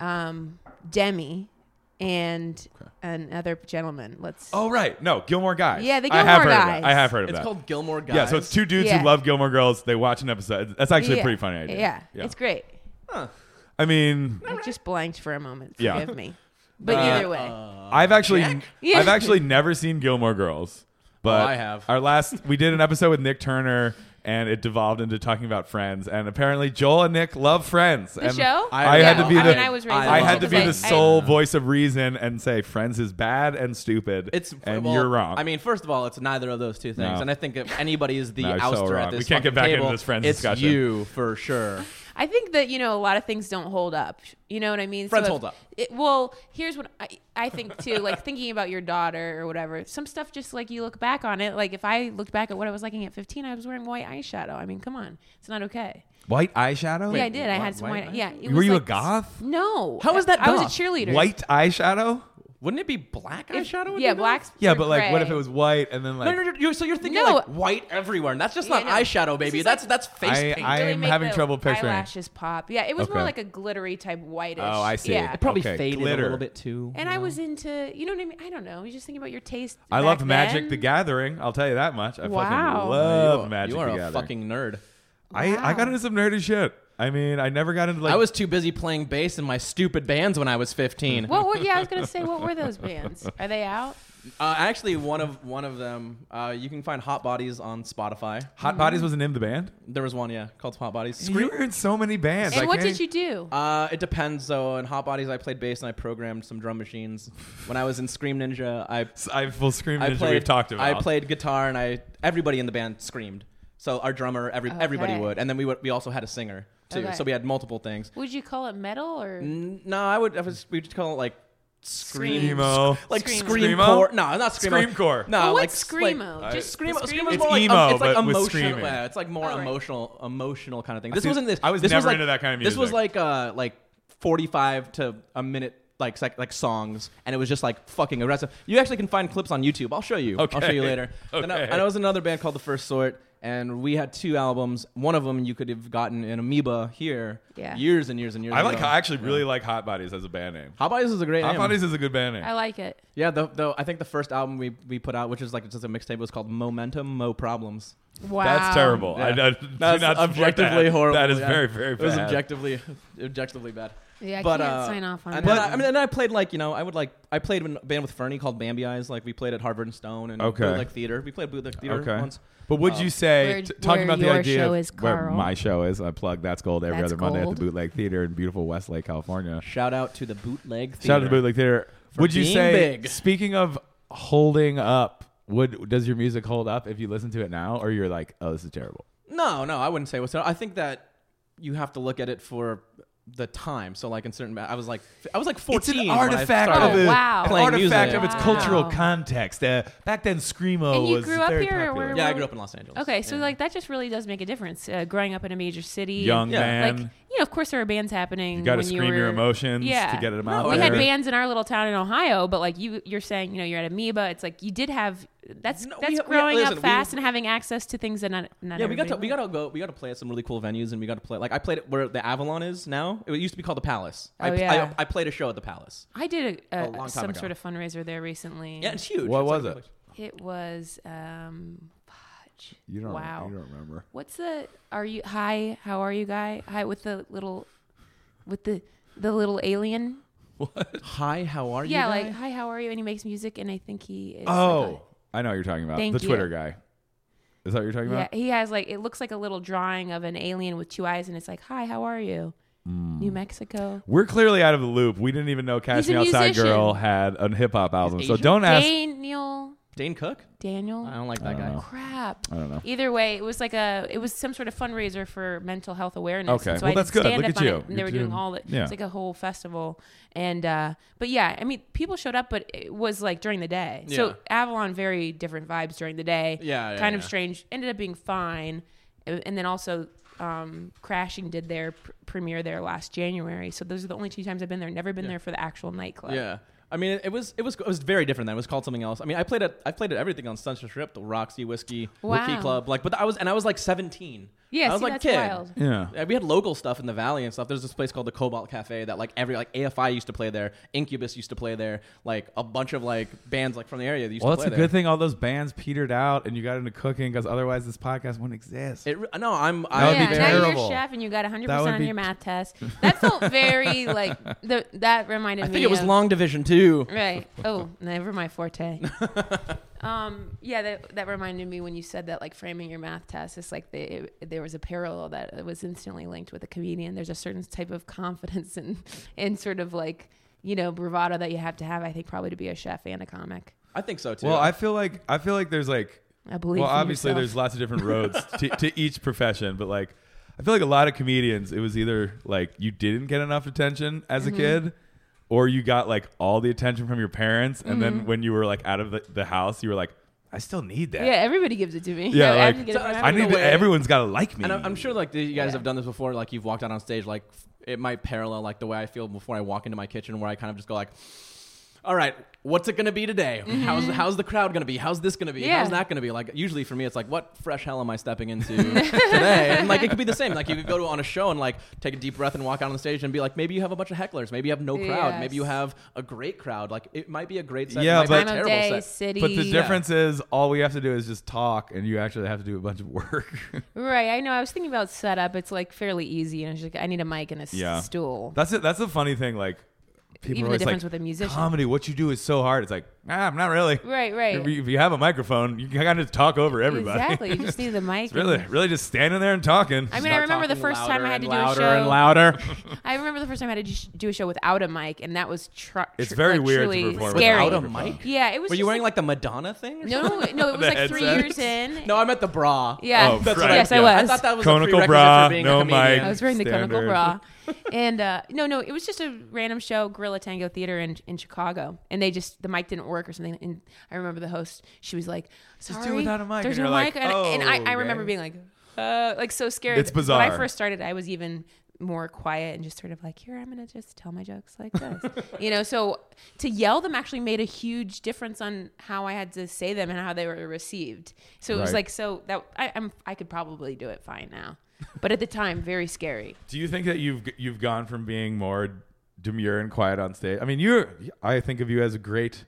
C: Um, Demi and another gentleman. Let's.
A: oh right, no Gilmore Guys.
C: Yeah, the
A: I have heard
C: Gilmore
A: Of
C: Guys.
A: that. I have heard of
B: It's
A: that.
B: called Gilmore Guys.
A: yeah, so it's two dudes
C: Yeah.
A: who love Gilmore Girls. They watch an episode. That's actually
C: Yeah.
A: a pretty funny idea.
C: Yeah, it's great.
A: I mean,
C: I just blanked for a moment.
A: Yeah.
C: Forgive me. But
A: Uh,
C: either way,
A: I've actually
C: Yeah.
A: I've actually never seen Gilmore Girls, but
B: Oh, I have.
A: Our last we did an episode with Nick Turner and it devolved into talking about Friends and apparently Joel and Nick love Friends.
C: the
A: and
C: show.
A: um, I,
B: Yeah,
A: had to be
C: I
A: the
C: mean, I was raised
A: I
C: on
A: had
C: it
A: to be
C: because
A: the
C: I- I-
A: sole voice of reason and say Friends is bad and stupid.
B: It's
A: and
B: well,
A: you're wrong.
B: I mean, first of all, it's neither of those two things,
A: No.
B: and I think if anybody is the
A: No, you're so
B: ouster
A: wrong.
B: at this
A: We can't get
B: fucking
A: back into
B: table,
A: this friends
B: it's
A: discussion.
B: you for sure.
C: I think that you know a lot of things don't hold up. You know what I mean?
B: Friends
C: if-
B: hold up.
C: It, well, here's what I, I think too. Like thinking about your daughter or whatever. Some stuff just like you look back on it. Like if I looked back at what I was liking at 15, I was wearing white eyeshadow. I mean, come on, it's not okay.
A: white eyeshadow.
C: yeah, I did. I
B: wh-
C: had some
B: white
C: white. yeah, it
A: Were
C: was
A: you a
C: like-
A: goth?
C: No.
B: How is that
C: I was a
B: goth?
C: cheerleader.
A: White eyeshadow?
B: Wouldn't it be black
C: If-
B: eyeshadow? would
C: Yeah,
B: be
C: blacks.
A: Yeah,
C: or
A: but like, what if it
C: gray.
A: was white and then
B: nice?
A: like?
B: No, no, no, you're- so you're thinking
C: No.
B: like white everywhere, and that's just
C: Yeah,
B: not
C: no.
B: eyeshadow, baby.
C: is
B: That's
C: like-
B: that's face
A: I-
B: paint.
A: I-
C: Really
A: am
C: make
A: having
C: the
A: trouble picturing.
C: Eyelashes pop. Yeah, it was more
A: Okay.
C: like a glittery type whitish.
A: Oh, I see.
C: Yeah.
B: it probably
A: Okay,
B: faded
A: glitter.
B: a little bit too.
C: And
B: you
C: I
B: know?
C: was into, you know what I mean? I don't know. You just think about your taste.
A: I
C: back
A: love Magic
C: then.
A: the Gathering. I'll tell you that much. I
C: Wow.
A: fucking
B: You
A: love
B: are-
A: Magic
B: You are
A: the
B: a
A: Gathering.
B: fucking nerd.
A: I, I got
C: Wow.
A: into some nerdy shit. I mean, I never got into like
B: I was too busy playing bass in my stupid bands when I was 15.
C: What were? Yeah, I was gonna say, what were those bands? Are they out?
B: Uh, actually, one of one of them. Uh, you can find Hot Bodies on Spotify.
A: Hot Bodies wasn't in the band.
B: There was one, yeah, called Hot Bodies.
A: You were in so many bands.
C: and
A: I
C: what
A: can't-
C: did you do?
B: Uh, it depends. So in Hot Bodies, I played bass and I programmed some drum machines. when I was in Scream Ninja, I
A: I full scream
B: I
A: ninja.
B: played
A: we've talked about.
B: I played guitar and I everybody in the band screamed. So our drummer, every, everybody
C: Okay.
B: would, and then we would, we also had a singer too.
C: Okay.
B: So we had multiple things.
C: Would you call it metal or?
B: N- No, I would I was we would call it like scream,
A: Screamo.
B: like
C: Screamo.
B: screamcore. No, not screamo.
A: Screamcore.
B: No,
C: Well,
B: like
C: what's
B: s- like-
C: screamo? e,
A: I-
C: Just
B: Screamo,
C: the
B: screamo is
A: It's
B: more like,
A: emo,
B: um, it's like
A: but with
B: emotional.
A: screaming.
B: Yeah, it's like more
C: Oh, right.
B: emotional, emotional kind of thing.
A: I
B: This
A: see.
B: wasn't this.
A: I was
B: this
A: never
B: like,
A: into that kind of
B: This was
A: music.
B: like uh like forty five to a minute like sec- like songs, and it was just like fucking aggressive. You actually can find clips on YouTube. I'll show you. I'll show
A: Okay.
B: you later. And I,
A: Okay.
B: and I was in another band called The First Sort. And we had two albums. One of them you could have gotten an amoeba here
C: Yeah.
B: years and years and years
A: I like.
B: ago.
A: I actually really like Hot Bodies as a band name.
B: Hot Bodies is a great
A: Hot
B: name.
A: Bodies is a good band name.
C: I like it.
B: yeah, the, the, I think the first album we, we put out, which is like just a mixtape, was called Momentum, Mo Problems.
C: Wow.
A: That's terrible. I, I,
B: Yeah.
A: do
B: That's
A: not support
B: objectively
A: that.
B: horrible.
A: That is
B: yeah.
A: very, very
B: It
A: bad.
B: was objectively, objectively bad.
C: Yeah, I
B: but,
C: can't
B: uh,
C: sign off on
B: and
C: that.
B: Then I, I mean, and I played like you know, I would like I played in a band with Fernie called Bambi Eyes. Like we played at Harvard and Stone and
A: Okay.
B: Bootleg Theater. We played Bootleg Theater
A: okay.
B: once.
A: But would you say
C: Where-
A: t- talking
C: where
A: about the
C: your
A: idea
C: show
A: of
C: is,
A: where
C: Carl.
A: my show is? I plug That's Gold every
C: That's
A: other Monday at
C: Gold.
A: the Bootleg Theater in beautiful Westlake, California.
B: Shout out to the Bootleg Theater.
A: Shout out to Bootleg Theater.
B: For
A: Would you
B: being
A: say
B: big.
A: speaking of holding up, would does your music hold up if you listen to it now, or you're like, oh, this is terrible?
B: No, no, I wouldn't say what's. I think that you have to look at it for the time. So like in certain, I was like, I was like fourteen. when I started.
C: of it. Oh, wow.
A: an
B: Playing
A: artifact
B: music.
A: of its
C: Wow.
A: cultural context. Uh, back then, screamo
C: And you
A: was
C: grew up
A: very
C: here, or
A: popular.
C: where-
B: Yeah, I grew up in Los Angeles.
C: Okay, so
B: Yeah.
C: like that just really does make a difference. Uh, growing up in a major city,
A: Young
B: Yeah.
A: man,
C: like you know, of course there were bands happening.
A: you got to
C: when
A: scream
C: were,
A: your emotions
C: yeah.
A: to get them
C: No,
A: out.
C: we
A: there.
C: had bands in our little town in Ohio, but like you, you're saying, you know, you're at Amoeba. It's like you did have that's
B: No, we
C: that's
B: ha- we ha-
C: growing
B: listen,
C: up
B: we-
C: fast and having access to things that not, not
B: Yeah, we got to
C: everybody
B: we got to go. We got to play at some really cool venues, and we got to play. Like I played at where the Avalon is now. It used to be called the Palace. I,
C: Oh, yeah.
B: I, I played a show at the Palace.
C: I did a,
B: A long
C: a,
B: time
C: some
B: ago.
C: sort of fundraiser there recently.
B: Yeah, it's huge.
A: What
B: It's
A: was
B: like-
A: it?
C: It was um fudge.
A: You don't.
C: wow.
A: You don't remember.
C: What's the are you hi, how are you guy? Hi with the little with the the little alien.
B: Hi, how are you?
C: yeah,
B: guy?
C: like hi, how are you? And he makes music and I think he is
A: Oh, I know what you're talking about.
C: Thank
A: the
C: you.
A: Twitter guy. Is that what you're talking
C: like,
A: about?
C: yeah, he has like it looks like a little drawing of an alien with two eyes and it's like, Hi, how are you?
A: Hmm.
C: New Mexico.
A: We're clearly out of the loop. We didn't even know Cash
C: He's
A: Me
C: a
A: Outside
C: musician.
A: Girl had a hip hop album. So
B: Asian?
A: don't ask.
C: Daniel
B: Dane Cook?
C: Daniel.
B: I don't like that
A: I don't
B: guy.
A: know.
C: Crap.
A: I don't know.
C: Either way, it was like a it was some sort of fundraiser for mental health awareness.
A: Okay.
C: and so
A: Well,
C: I
A: that's
C: did
A: good.
C: stand
A: Look at
C: up on
A: you.
C: it, and they
A: You're
C: were doing
A: doing-
C: all the,
A: yeah.
C: it's like a whole festival, and uh, but yeah, I mean, people showed up, but it was like during the day.
B: Yeah.
C: So Avalon very different vibes during the day.
B: Yeah, yeah,
C: kind of
B: yeah.
C: strange. Ended up being fine, A- and then also. Um, Crashing did their pr- premiere there last January, so those are the only two times I've been there. Never been there for the actual nightclub.
B: Yeah. I mean, it, it was it was it was very different. Then it was called something else. I mean, I played at I played at everything on Sunset Strip, the Roxy Whiskey, Wiki
C: Wow.
B: Club, like. But I was and I was like seventeen.
C: yeah.
B: I was
C: see,
B: like
C: that's
B: kid.
C: wild.
A: Yeah.
B: Yeah, Uh, we had local stuff in the valley and stuff. There's this place called the Cobalt Cafe that like every like AFI used to play there, Incubus used to play there, like a bunch of like bands like from the area that used
A: Well,
B: to
A: that's
B: play
A: a good thing all those bands petered out and you got into cooking because otherwise this podcast wouldn't exist.
B: It, re- no, I'm.
A: That
B: I,
A: would be
C: yeah, now you're
A: terrible.
C: a chef and you got 100%
A: That would
C: on
A: be-
C: your math test. That felt very like the, that reminded
B: I
C: me.
B: think it was
C: of-
B: long division too.
C: Right. Oh, never my forte. um, yeah, that that reminded me when you said that like framing your math test. It's like the, there was a parallel that was instantly linked with a comedian. There's a certain type of confidence and and sort of like you know bravado that you have to have. I think probably to be a chef and a comic.
B: I think so too.
A: Well, I feel like I feel like there's like
C: I believe.
A: well,
C: in
A: obviously
C: yourself.
A: there's lots of different roads to, to each profession, but like I feel like a lot of comedians, it was either like you didn't get enough attention as
C: Mm-hmm.
A: a kid, or you got like all the attention from your parents, and then
C: Mm-hmm.
A: when you were like out of the, the house, you were like, I still need that.
C: yeah. Everybody gives it to me.
A: Yeah,
C: I
A: like-
C: didn't get it from
B: So I-
A: I
C: everyone.
A: need
B: No way.
A: everyone's got to like me.
B: and I'm, I'm sure like the, you guys
C: Yeah.
B: have done this before. Like you've walked out on stage, like f- it might parallel like the way I feel before I walk into my kitchen, where I kind of just go like, "All right, what's it gonna be today? How's how's the crowd gonna be? How's this gonna be?
C: Mm-hmm. Yeah.
B: How's that gonna be?" Like usually for me, it's like, "What fresh hell am I stepping into today?" And like it could be the same. Like you could go to on a show and like take a deep breath and walk out on the stage and be like, "Maybe you have a bunch of hecklers. Maybe you have no crowd. Maybe you
C: Yes.
B: have a great crowd. Like it might be a great set.
A: Yeah,
B: it might be a
A: but-
C: time of
B: terrible
C: day,
B: set.
C: city.
A: but the difference is all we have to do is just talk, and you actually have to do a bunch of work.
C: Right, I know. I was thinking about setup. It's like fairly easy, and it's like I need a mic and a s-
A: Yeah.
C: stool.
A: That's it. That's the funny thing. Like people
C: Even
A: are
C: the
A: always
C: difference
A: like,
C: with a musician.
A: comedy. What you do is so hard. It's like ah, I'm not really.
C: Right, right.
A: If you, if you have a microphone, you kind of just talk over everybody.
C: Exactly. You just need the mic.
A: It's really,
C: and-
A: really just standing there and talking.
C: I mean, I
B: Start
C: remember the
B: talking
C: first time
B: louder
C: I had
B: and
C: to do a
B: louder
C: show.
B: and louder.
C: I remember the first time I had to ju- do a show without a mic, and that was tr-
A: It's
C: tr-
A: very
C: like,
A: weird to
C: truly
A: perform
C: scary.
B: without a mic.
C: Yeah, it was.
B: Were you
C: just
B: wearing like the Madonna thing? Or
C: no, no, no, it was
A: The
C: like three
A: headset?
C: years in.
B: No, I'm at the bra.
C: Yeah.
A: Oh,
B: That's
A: right.
B: what
C: yes, I
A: yeah.
C: was.
B: I thought that was
A: Conical
B: a prerequisite
A: bra,
B: for being
A: no
B: a comedian.
A: mic.
C: I was wearing the conical
A: Standard.
C: bra, and uh, no, no, it was just a random show, Gorilla Tango Theater in, in Chicago, and they just the mic didn't work or something. And I remember the host, she was like, "Sorry,
A: do it without a mic,"
C: there's
A: and
C: no
A: you're
C: mic,"
A: like,
C: and, and I, I
A: "Oh,
C: remember
A: okay."
C: being like, uh, like so scared.
A: It's
C: When
A: bizarre.
C: I first started, I was even more quiet and just sort of like, "Here, I'm gonna just tell my jokes like this," you know. So to yell them actually made a huge difference on how I had to say them and how they were received. So it was
A: Right.
C: like so that I, I'm I could probably do it fine now. But at the time, very scary.
A: Do you think that you've you've gone from being more demure and quiet on stage? I mean, you're. I think of you as a great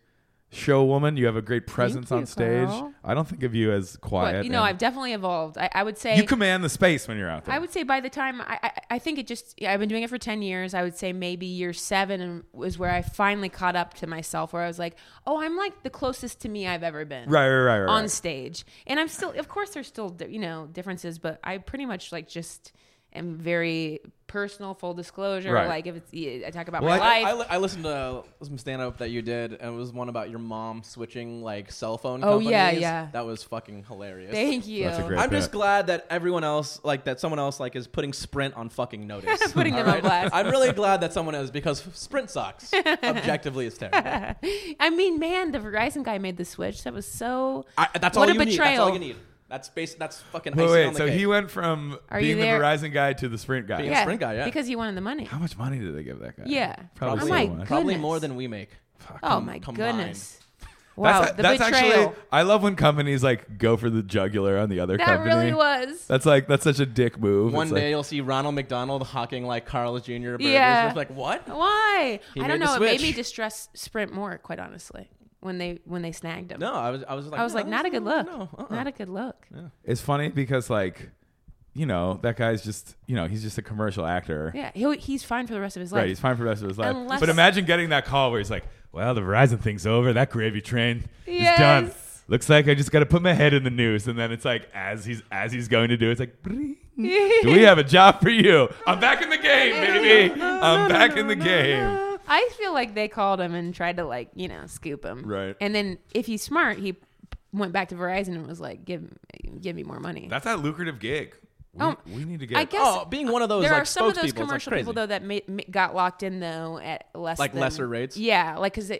A: show woman. You have a great presence
C: you,
A: on stage.
C: Carl.
A: I don't think of you as quiet.
C: But you know,
A: and-
C: I've definitely evolved. I, I would say
A: you command the space when you're out there.
C: I would say by the time I, I, I think it just yeah, I've been doing it for ten years. I would say maybe year seven and- was where I finally caught up to myself, where I was like, oh, I'm like the closest to me I've ever been
A: right, right, right, right.
C: on
A: right.
C: stage, and I'm still, of course, there's still you know differences, but I pretty much like just am very personal, full disclosure.
A: Right.
C: Like if it's I talk about
A: Well,
C: my
B: I,
C: life.
B: I, li- I listened to some stand up that you did, and it was one about your mom switching like cell phone.
C: Oh, yeah,
B: companies.
C: yeah.
B: That was fucking hilarious.
C: Thank you.
A: That's a great-
B: I'm just glad that everyone else, like that, someone else, like is putting Sprint on fucking notice.
C: Putting them
B: All
C: on blast.
B: I'm really glad that someone is because Sprint sucks. Objectively, it's terrible.
C: I mean, man, the Verizon guy made the switch. That was so.
B: I, that's
C: What
B: all
C: a
B: you need. That's all
C: betrayal.
B: you need. That's base. That's fucking
A: Wait,
B: icing
A: wait.
B: on the
A: So
B: cake.
A: he went from
C: Are you
A: being the
C: there?
A: Verizon guy to the Sprint guy.
B: Being a Yeah. Sprint guy, yeah.
C: Because he wanted the money.
A: How much money did they give that guy?
C: Yeah.
A: probably
C: Oh
A: so
C: my
A: much.
B: Probably
C: goodness.
B: more than we make.
C: Oh
B: com-
C: my
B: combined.
C: goodness. Wow,
A: that's,
C: the
A: that's
C: betrayal.
A: actually. I love when companies like go for the jugular on the other
C: that
A: company.
C: really was.
A: That's like that's such a dick move.
B: One
A: It's
B: day
A: like-
B: you'll see Ronald McDonald hawking like Carl's Jr. burgers.
C: Yeah.
B: It's like what?
C: Why?
B: He
C: I don't
B: made the
C: know. It made
B: switch.
C: me distress Sprint more, quite honestly, when they when they snagged him.
B: No, I was. I was like.
C: I was
B: no,
C: like, not a good
B: no,
C: look.
B: No, uh-uh.
C: Not a good look.
A: it's funny because like, you know, that guy's just you know he's just a commercial actor.
C: Yeah, he he's fine for the rest of his life.
A: Right, he's fine for the rest of his life.
C: Unless-
A: but imagine getting that call where he's like, "Well, the Verizon thing's over. That gravy train is
C: Yes.
A: done. Looks like I just got to put my head in the news." And then it's like, as he's as he's going to do, it's like, "Bring. "Do we have a job for you? I'm back in the game, baby. I'm back in the game."
C: I feel like they called him and tried to like you know scoop him.
A: Right.
C: And then if he's smart, he went back to Verizon and was like, give give me more money.
A: That's that lucrative gig. We,
C: Oh,
A: we need to get.
C: I guess
B: Oh, being one of those
C: there
B: like
C: are some of
B: spokespeople,
C: those
B: it's, like,
C: commercial people
B: crazy.
C: though that ma- ma- got locked in though at less
B: Like
C: than-
B: lesser rates?
C: Yeah, like because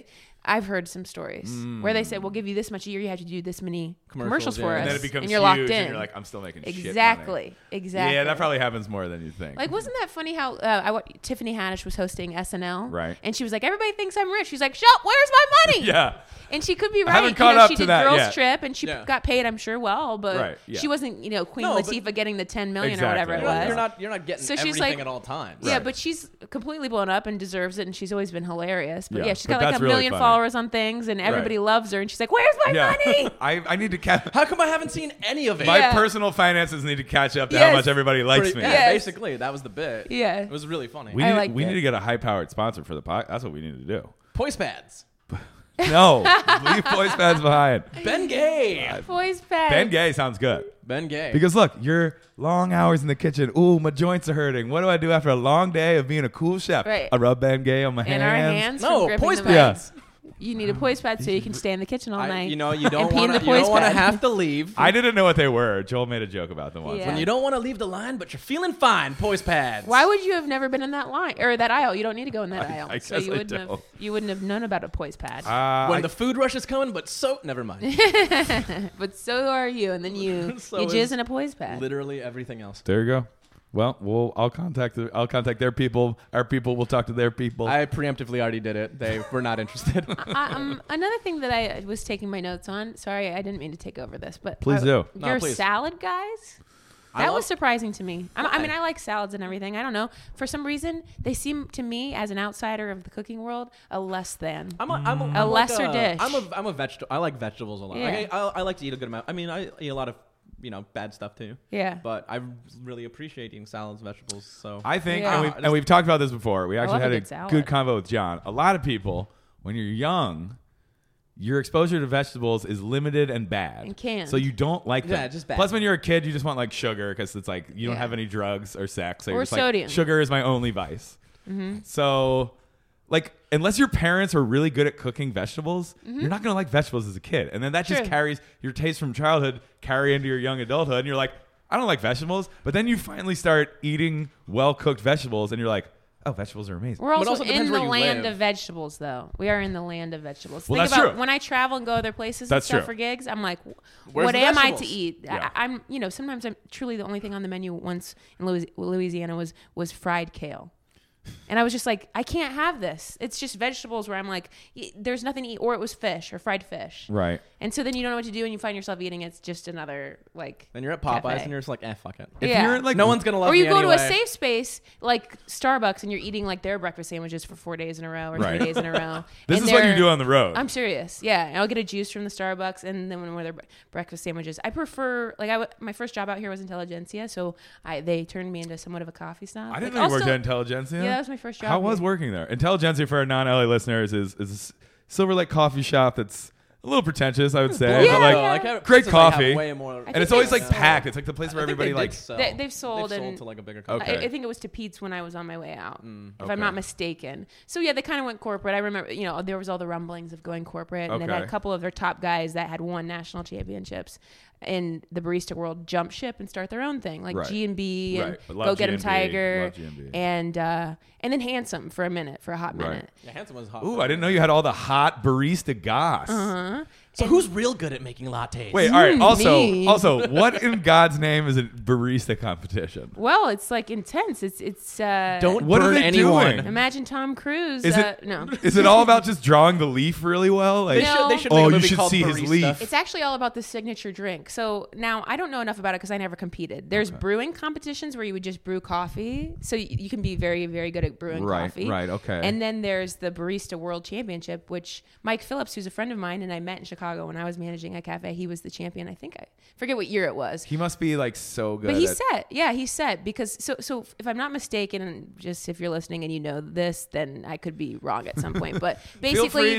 C: I've heard some stories where they said, "We'll give you this much a year. You have to do this many
B: Commercials,
C: commercials,
B: yeah.
C: for us,"
A: Mm. and then it becomes
C: you're
A: huge,
C: locked in.
A: and you're like, I'm still making shit money.
C: exactly, exactly.
A: Yeah, that probably happens more than you think.
C: Like, wasn't that funny how uh, I, wa- Tiffany Haddish was hosting SNL?
A: Right.
C: And she was like, everybody thinks I'm rich. She's like, Shut, where's my money?
A: yeah,
C: And she could be right.
A: haven't
C: you
A: caught
C: know,
A: up
C: she
A: to
C: did
A: that
C: Girls
A: yet.
C: Trip and she
B: Yeah.
C: got paid, I'm sure, well, but
A: Right, yeah.
C: she wasn't, you know, Queen
B: No, but-
C: Latifah getting the 10 million or
A: Exactly.
C: whatever it
A: You're
C: was.
A: not-
B: You're not you're not getting
C: So
B: everything
C: she's like-
B: at all times.
C: Yeah,
A: Right.
C: but she's completely blown up and deserves it, and she's always been hilarious. But
A: Yeah,
C: yeah, she's
A: but
C: got like
A: that's
C: a
A: really
C: million
A: funny.
C: followers on things, and everybody loves her. And she's like, "Where's my
A: yeah.
C: money?"
A: I, I need to catch.
B: How come I haven't seen any of it?
A: My
C: Yeah.
A: personal finances need to catch up to how
C: Yes.
A: much everybody likes me.
B: yeah,
C: Yes.
B: basically that was the bit.
C: Yeah.
B: It was really funny.
A: We
C: I
A: need,
C: liked
A: we
C: it.
A: need to get a high powered sponsor for the podcast. That's what we need to do.
B: Poise pads.
A: No, leave voice pads behind.
B: Ben Gay.
C: Boys, back.
A: Ben Gay sounds good.
B: ben Gay.
A: Because look, you're long hours in the kitchen. Ooh, my joints are hurting. What do I do after a long day of being a cool chef?
C: Right.
A: I rub Ben Gay on my
C: in
A: hands.
C: our hands. from
B: No,
C: gripping
B: poise
C: the
B: pads.
A: Yeah.
C: mics. You need a poise pad so you can stay in the kitchen all
B: I-
C: night.
B: you know, you don't
C: pee in
B: want
C: the
B: to. You don't
C: poise
B: want to
C: pad.
B: have to leave.
A: I didn't know what they were. Joel made a joke about them once.
C: Yeah.
B: when you don't want to leave the line, but you're feeling fine. Poise pads.
C: Why would you have never been in that line or that aisle? You don't need to go in that
A: I-
C: aisle,
A: I
C: so
A: guess
C: you
A: I
C: wouldn't have
A: don't.
C: you wouldn't have known about a poise pad.
A: Uh,
B: When
A: I-
B: the food rush is coming, but so never mind.
C: but so are you, and then you
B: So
C: you
B: is
C: jizz in a poise pad.
B: Literally everything else.
A: there you go. Well, we'll I'll contact the, I'll contact their people. Our people will talk to their people.
B: I preemptively already did it. They were not interested.
C: I- um, another thing that I was taking my notes on. Sorry, I didn't mean to take over this, but
A: Please
C: I-
A: do.
B: No,
C: Your
B: please.
C: salad guys.
B: I
C: That
B: love-
C: was surprising to me. I'm,
B: Why?
C: I mean, I like salads and everything. I don't know. For some reason, they seem to me, as an outsider of the cooking world, a less than.
B: I'm a, I'm a, I'm
C: A
B: like
C: lesser dish.
B: I'm a I'm a vegetable. I like vegetables a lot.
C: Yeah.
B: Like, I, I I like to eat a good amount. I mean, I eat a lot of you know bad stuff too.
C: Yeah.
B: But I really appreciate eating salads, vegetables. So
A: I think,
C: Yeah.
A: and, we've, and we've talked about this before. We actually
C: love a
A: had a
C: good salad.
A: good convo with John. A lot of people, when you're young, your exposure to vegetables is limited and bad.
C: And canned.
A: So you don't like them.
B: Yeah, just bad.
A: Plus, when you're a kid, you just want like sugar because it's like you don't
C: Yeah.
A: have any drugs or sex. So you're
C: Or
A: just like,
C: sodium. Mm-hmm.
A: sugar is my only vice. So, like, unless your parents are really good at cooking vegetables, you're not going to like vegetables as a kid. And then that just
C: Mm-hmm. True.
A: carries your taste from childhood, carry into your young adulthood. And you're like, I don't like vegetables. But then you finally start eating well cooked vegetables and you're like, oh, vegetables are amazing.
C: We're also,
B: also depends
C: in the
B: where you
C: land
B: live.
C: of vegetables, though. We are in the land of vegetables.
A: Well,
C: Think
A: that's
C: about
A: true.
C: when I travel and go other places
A: That's
C: and stuff
A: true.
C: for gigs. I'm like, w-
B: Where's
C: what
B: the
C: am I to
B: vegetables?
C: eat?
A: Yeah.
C: I, I'm, you know, sometimes I'm truly the only thing on the menu once in Louis- Louisiana was was fried kale. And I was just like, I can't have this. It's just vegetables where I'm like, y- there's nothing to eat, or it was fish or fried fish.
A: Right.
C: And so then you don't know what to do, and you find yourself eating. It's just another like.
B: Then you're at Popeyes
C: cafe.
B: and you're just like, eh, fuck it.
C: Yeah.
A: You're in, like,
B: no one's gonna love
C: or you
B: me
C: go to a
B: anyway.
C: safe space like Starbucks and you're eating like their breakfast sandwiches for four days in a row or
A: Right.
C: three days in a row.
A: This
C: And
A: is what you
C: they're-
A: do on the road.
C: I'm serious. Yeah, and I'll get a juice from the Starbucks and then one of their bre- breakfast sandwiches. I prefer like I w- my first job out here was Intelligentsia, so I they turned me into somewhat of a coffee snob.
A: I didn't
C: Like,
A: know you worked
C: also-
A: at Intelligentsia.
C: Yeah, that was my first job.
A: How was
C: here.
A: working there? Intelligentsia for our non-LA listeners is is a s- Silver Lake coffee shop that's a little pretentious, I would say.
C: Yeah,
A: but like,
C: yeah.
B: I-
A: great
B: places, like, have
A: coffee.
B: way more-
A: and it's
C: they
A: always like
C: sold-
A: packed. It's like the place where
B: I think they
A: everybody
B: did
A: like.
B: sell.
C: They- they've sold
B: They've
C: and-
B: to like a bigger
A: Okay. Mm.
B: company.
C: I, I think it was to Pete's when I was on my way out, if
A: Okay.
C: I'm not mistaken. So yeah, they kind of went corporate. I remember, you know, there was all the rumblings of going corporate, and they had
A: Okay.
C: a couple of their top guys that had won national championships in the barista world jump ship and start their own thing, like
A: Right.
C: G and B and
A: Right. But
C: Go
A: love
C: Get 'Em
A: G&B.
C: Tiger,
A: Love G&B.
C: and uh, and then Handsome for a minute, for a hot
A: Right.
C: minute.
B: Yeah, handsome was hot.
A: Ooh, I didn't know you had all the hot barista goss.
C: Uh-huh.
B: So who's real good at making lattes?
A: Wait, all right. Also,
C: me.
A: also, what in God's name is a barista competition?
C: Well, it's like intense. It's it's uh,
B: don't
A: What are
B: burn
A: they
B: anyone.
A: doing?
C: imagine Tom Cruise.
A: Is
C: uh,
A: it
C: no.
A: Is it all about just drawing the leaf really well? Like,
B: They should, they should
A: Oh,
B: make a
A: you
B: movie
A: should
B: called
A: see his
B: Barista.
A: leaf.
C: It's actually all about the signature drink. So now I don't know enough about it because I never competed. There's brewing competitions where you would just brew coffee, so y- you can be very, very good at brewing
A: Right,
C: coffee.
A: right, okay.
C: And then there's the Barista World Championship, which Mike Phillips, who's a friend of mine and I met in Chicago when I was managing a cafe, he was the champion. I think I forget what year it was.
A: he must be like so good.
C: But he
A: at-
C: set, yeah, he set because so so if I'm not mistaken, and just if you're listening and you know this, then I could be wrong at some point. But
A: Feel
C: basically,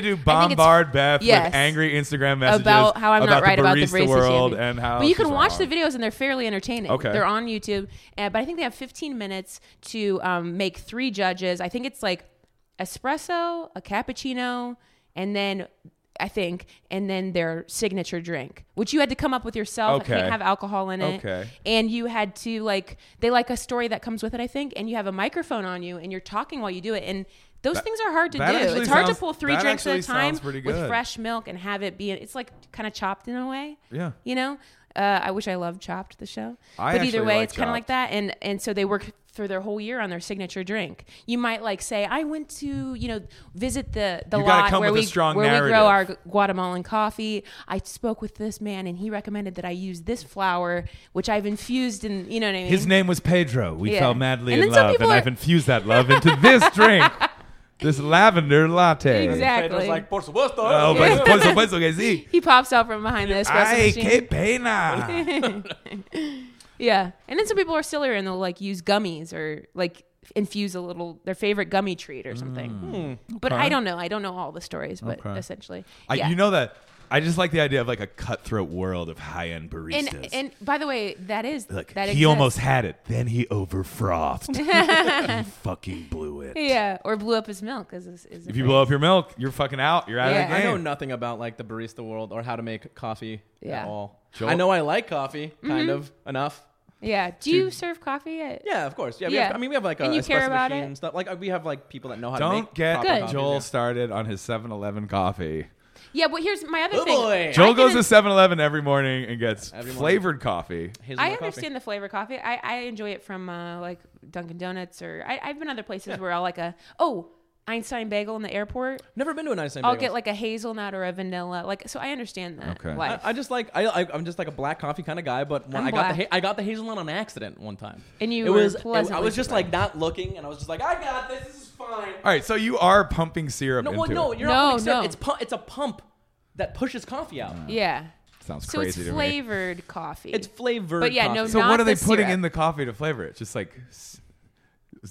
A: free to
C: I think it's
A: bombard Beth
C: yes.
A: with angry Instagram messages
C: about how I'm
A: about
C: not right
A: the
C: about the
A: barista
C: barista
A: world
C: champion.
A: and how.
C: But you
A: she's
C: can watch
A: wrong.
C: the videos and they're fairly entertaining.
A: Okay.
C: they're on YouTube, uh, but I think they have 15 minutes to um, make three judges. I think it's like espresso, a cappuccino, and then I think, and then their signature drink, which you had to come up with yourself. I
A: Okay.
C: can't have alcohol in it.
A: Okay.
C: And you had to like they like a story that comes with it, I think, and you have a microphone on you and you're talking while you do it. And those
A: That-
C: things are hard to do.
A: that actually
C: It's hard
A: sounds-
C: to pull three
A: that
C: drinks at
A: actually
C: a time
A: sounds pretty
C: with
A: good.
C: fresh milk and have it be. It's like kind of chopped in a way.
A: Yeah.
C: You know, uh, I wish I loved Chopped the show,
A: I
C: but either
A: actually
C: way,
A: like
C: it's kind of like
A: Chopped.
C: that. And and so they work through their whole year on their signature drink. You might like say, I went to you know visit the the
A: You gotta
C: lot
A: come
C: where
A: with a
C: we
A: strong
C: where we grow
A: narrative.
C: our Guatemalan coffee. I spoke with this man, and he recommended that I use this flour, which I've infused in. You know what I mean?
A: His name was Pedro. We
C: Yeah.
A: fell madly
C: And
A: in
C: then some
A: love, and
C: people are-
A: I've infused that love into this drink, this lavender latte.
C: exactly.
B: por supuesto.
A: Oh, but por supuesto que sí.
C: he pops out from behind the espresso
A: Ay,
C: machine.
A: qué pena.
C: Yeah. And then some people are sillier and they'll like use gummies or like infuse a little their favorite gummy treat or something.
B: Hmm.
C: But
A: Hmm. Okay.
C: I don't know. I don't know all the stories, but
A: Okay.
C: essentially.
A: I,
C: yeah.
A: You know that I just like the idea of like a cutthroat world of high-end baristas.
C: and and by the way, that is
A: Look,
C: that
A: he
C: exists.
A: almost had it. Then he overfrothed. he fucking blew it.
C: yeah, or blew up his milk. Is, is is a
A: If you
C: thing.
A: blow up your milk, you're fucking out. You're out
C: Yeah.
A: of the
B: I
A: game.
B: know nothing about like the barista world or how to make coffee
C: Yeah. Mm-hmm.
B: at all.
A: Joel-
B: I know I like coffee, kind of enough.
C: yeah. Do you serve coffee? At,
B: Yeah, of course. Yeah, we
C: Yeah.
B: Have, I mean we have like a
C: And you
B: espresso
C: care about
B: machine
C: it?
B: and stuff. Like uh, we have like people that know how to make
A: Don't get
B: proper
C: Good.
B: coffee,
A: Joel
B: yeah.
A: started on his 7-Eleven coffee.
C: Yeah, but here's my other
B: Oh,
C: thing.
B: boy.
C: I
A: Joel
C: can
A: goes to
C: un-
A: 7-Eleven every morning and gets
B: Every morning.
A: flavored coffee.
B: Hazelnut
C: I
B: coffee.
C: understand the flavor coffee. I, I enjoy it from uh, like Dunkin' Donuts or I, I've been other places where I'll like a oh Einstein bagel in the airport.
B: Never been to an ice
C: I'll get like a hazelnut or a vanilla. Like so, I understand that.
A: Okay.
B: I,
C: Life.
B: I just like I, I I'm just like a black coffee kind of guy, but when
C: I'm
B: I got the
C: black.
B: ha- I got the hazelnut on accident one time.
C: And you
B: it
C: were
B: was it- I
C: pleasantly
B: was just like not looking, and I was just like I got this. This is fine.
A: All right, so you are pumping syrup
B: No,
A: into
B: well, no,
A: it.
B: you're
C: No,
B: not putting syrup.
C: no.
B: It's pu- it's a pump that pushes coffee out.
C: yeah.
A: Sounds
C: So it's
A: crazy to me.
C: flavored coffee.
B: It's flavored.
C: But yeah, no-
B: coffee.
A: So what
C: not
A: are they
C: the
A: putting
C: syrup.
A: in the coffee to flavor it? Just like s-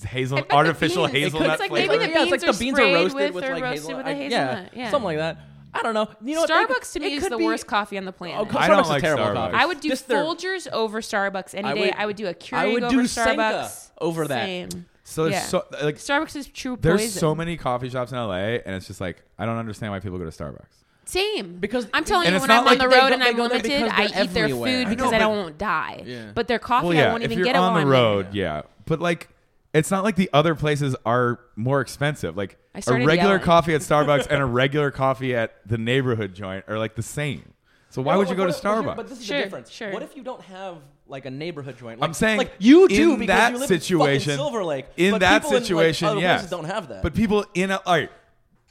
A: hazel,
C: I bet the
A: artificial
C: beans- it could-
A: hazelnut
C: it's like
A: flavor.
C: maybe the
B: yeah, it's like
C: beans
B: the
C: are
B: beans are
C: sprayed
B: roasted
C: with
B: with,
C: or
B: like
C: roasted
B: hazelnut.
C: with
B: I-
C: a hazelnut,
B: yeah,
C: yeah.
B: something like that. I don't know. You know, what, they could-
C: Starbucks to
B: it
C: me is
B: could
C: the
B: be-
C: worst coffee on the planet.
B: Oh,
A: I
B: Starbucks
A: don't
B: is
A: like
B: terrible
A: Starbucks.
B: coffee.
C: I would do
B: Just their-
C: Folgers over Starbucks any
B: I
C: day.
B: would-
C: I would do a Keurig
B: I would
C: over
B: do Senka
C: Starbucks
B: over that.
C: Same.
A: so there's
C: Yeah.
A: so like
C: Starbucks is true
A: there's
C: poison.
A: so many coffee shops in LA, and it's just like I don't understand why people go to Starbucks.
C: Same.
B: Because-
C: I'm telling
A: And
C: you,
A: it's
C: when
A: not
C: I'm
A: like
C: on the
B: they
C: road
B: go-
C: and
B: they
C: I'm
B: go there
C: limited,
B: because
C: I
B: they're
C: eat their
B: everywhere. I
C: food
B: know,
C: because I,
A: but-
C: don't die.
B: Yeah.
C: But their coffee,
A: Well, yeah,
C: I won't
A: if
C: even
A: you're
C: get it
A: on
C: while
A: the
C: I'm
A: road,
C: there.
A: yeah. But like, it's not like the other places are more expensive. Like
C: I
A: a
C: started
A: regular
C: yelling.
A: coffee at Starbucks and a regular coffee at the neighborhood joint are like the same. So why
B: No,
A: would you go
B: but
A: to
B: what- but here-
A: Starbucks?
B: But this is
C: Sure,
B: the difference.
C: sure.
B: What if you don't have like a neighborhood joint? Like,
A: I'm saying
B: like you
A: in
B: do because
A: that
B: you live
A: situation.
B: in fucking Silver Lake.
A: in
B: but
A: that
B: people in, like,
A: situation,
B: other
A: yes,
B: places don't have that.
A: But people in all right,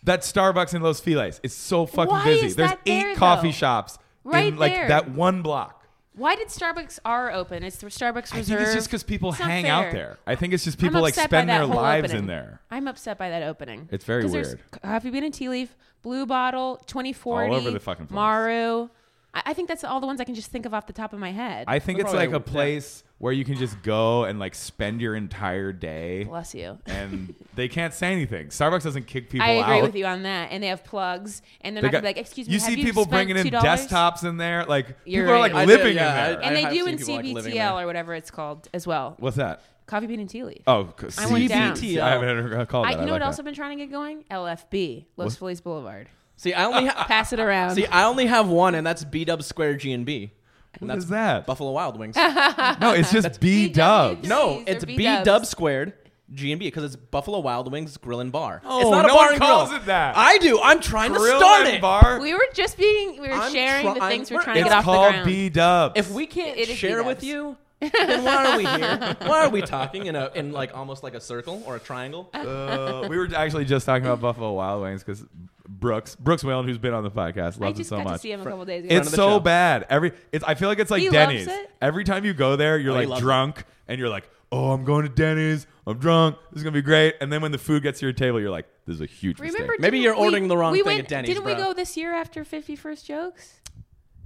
A: that Starbucks in Los Feliz is so fucking
C: Why
A: busy.
C: is
A: There's
C: that
A: eight
C: there,
A: coffee
C: though?
A: shops
C: Right
A: in like
C: there.
A: that one block.
C: Why did Starbucks R open? It's the Starbucks Reserve.
A: I think it's just because people
C: It's not
A: hang
C: fair.
A: out there. I think it's just
C: I'm
A: people like
C: upset by
A: spend
C: that
A: their
C: whole
A: lives
C: opening.
A: in there.
C: I'm upset by that opening.
A: It's very
C: 'Cause there's
A: weird.
C: c- Coffee Bean and Tea Leaf, Blue Bottle, 2040,
A: All over the fucking place.
C: Maru. I, I think that's all the ones I can just think of off the top of my head.
A: I think
B: They're
A: it's
B: probably-
A: like a
B: yeah.
A: place where you can just go and like spend your entire day,
C: Bless you.
A: and they can't say anything. Starbucks doesn't kick people
C: I agree
A: out.
C: with you on that. And they have plugs, and they're
A: They
C: not
A: got-
C: gonna be like, "Excuse me."
A: you
C: have
A: see
C: you
A: people
C: spent
A: bringing in
C: $2?
A: desktops in there. Like
C: You're
A: people are like
C: right. I
B: did,
A: living
B: yeah,
A: in there.
B: I-
C: And they
B: have
C: do
B: seen
C: in
B: people, like, living
C: CBTL
B: there.
C: or whatever it's called as well.
A: What's that?
C: Coffee Bean and Tea Leaf.
A: Oh, c-
C: I went down.
A: CBT. I haven't ever called
C: I,
A: that.
C: you
A: I
C: know what
A: like
C: else
A: that.
C: I've been trying to get going? LFB, Los Feliz Boulevard.
B: see, I only ha-
C: Pass it around.
B: see, I only have one, and that's B Dub Square G and B. And
A: What
B: that's
A: is that?
B: Buffalo Wild Wings.
A: No, it's just B
C: B-dubs.
A: Dubs.
B: no,
C: Please, they're
B: it's B
C: B-dubs.
B: Dub Squared. G and B because it's Buffalo Wild Wings Grill and Bar.
A: Oh,
B: it's not
A: no
B: a bar
A: one
B: and
A: calls
B: grill.
A: it that.
B: I do. I'm trying to
A: Grill
B: start
A: and
B: it.
A: bar.
C: we were just being, we were
B: I'm
C: sharing the
B: try-
C: things
B: I'm-
C: we're trying to
A: It's
C: get off the
A: called
C: ground.
A: B Dubs.
B: If we can't
C: It is
B: share with you,
C: B-dubs.
B: then why are we here? Why are we talking in a in like almost like a circle or a triangle?
A: Uh, we were actually just talking about Buffalo Wild Wings because Brooks Brooks Whalen, who's been on the podcast, loves
C: I
A: it
C: just
A: so
C: got
A: much.
C: to see him a couple days ago.
A: It's
B: of the
A: so
B: show.
A: bad. Every it's, I feel like it's like
C: He loves
A: Denny's.
C: it?
A: Every time you go there, you're
B: Oh, he
A: like
B: loves it.
A: drunk and you're like, "Oh, I'm going to Denny's. I'm drunk. This is gonna be great." And then when the food gets to your table, you're like, "This is a huge
C: Remember,
A: mistake."
B: Maybe
C: didn't
B: you're
C: we-
B: ordering the wrong
C: we
B: thing
C: went,
B: at Denny's,
C: Didn't we
B: bro.
C: go this year after 51st Jokes?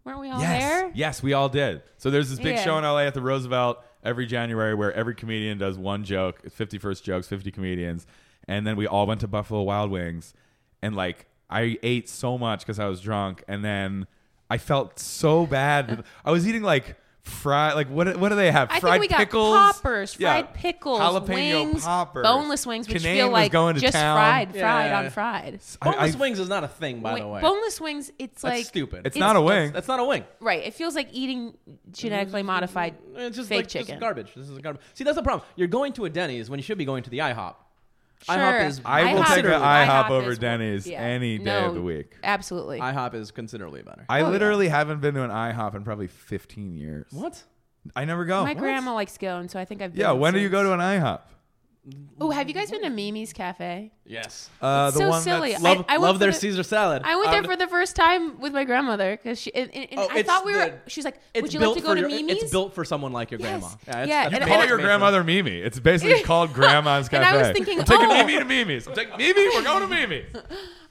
C: Weren't we all
A: yes,
C: there?
A: yes, we all did. So there's this big
C: Yeah.
A: show in LA at the Roosevelt every January where every comedian does one joke. It's 51st jokes, 50 comedians, and then we all went to Buffalo Wild Wings, and like I ate so much because I was drunk, and then I felt so bad. I was eating like. fried. Like what? What do they have?
C: I
A: fried
C: think we got
A: pickles,
C: poppers,
A: Yeah.
C: fried pickles,
A: jalapeno
C: wings,
A: poppers,
C: boneless wings, which
A: Canaan
C: feel
A: was
C: like
A: going to
C: just
A: town.
C: fried,
B: Yeah,
C: fried
B: yeah, yeah.
C: on fried.
A: I- I-
B: Boneless wings is not a thing, by the
C: Wi-
B: way.
C: boneless wings,
B: That's
C: it's like
B: stupid.
A: it's, not a wing.
B: That's not a wing.
C: right. It feels like eating genetically modified
B: It's just
C: fake
B: like
C: chicken.
B: Just garbage. This is garbage. See, that's the problem. You're going to a Denny's when you should be going to the IHOP.
C: Sure.
B: IHOP is
A: I will
C: IHOP
A: take an
C: is-
A: IHOP
C: IHOP
A: over
C: is-
A: Denny's
C: yeah.
A: any day
C: No,
A: of the week.
C: Absolutely.
B: IHOP is considerably better.
A: I
C: Oh, yeah.
A: literally haven't been to an IHOP in probably 15 years.
B: what?
A: I never go.
C: My grandma likes going, so I think I've.
A: yeah, when do you go to an IHOP?
C: Oh, have you guys been to Mimi's Cafe?
B: Yes.
A: Uh,
C: It's
A: the
C: so
A: one
C: silly.
A: that's-
C: I-
B: Love,
C: went
B: love
C: for
B: their
C: the-
B: Caesar salad.
C: I went there
B: Um,
C: for the first time with my grandmother because she and, and, and
B: Oh,
C: I
B: it's
C: thought we were.
B: the-
C: She's like,
B: It's
C: "Would you like
B: built
C: to go
B: for
C: to
B: your-
C: Mimi's?"
B: It's built for someone like your
C: Yes.
B: grandma. it's-
C: Yeah,
B: that's
C: and-
B: pretty
A: Call
C: and-
A: your
B: much-
A: grandmother Mimi. It's basically called Grandma's
C: And
A: Cafe.
C: I was thinking,
A: I'm taking
C: oh.
A: Mimi to Mimi's. I'm taking Mimi. We're going to Mimi's.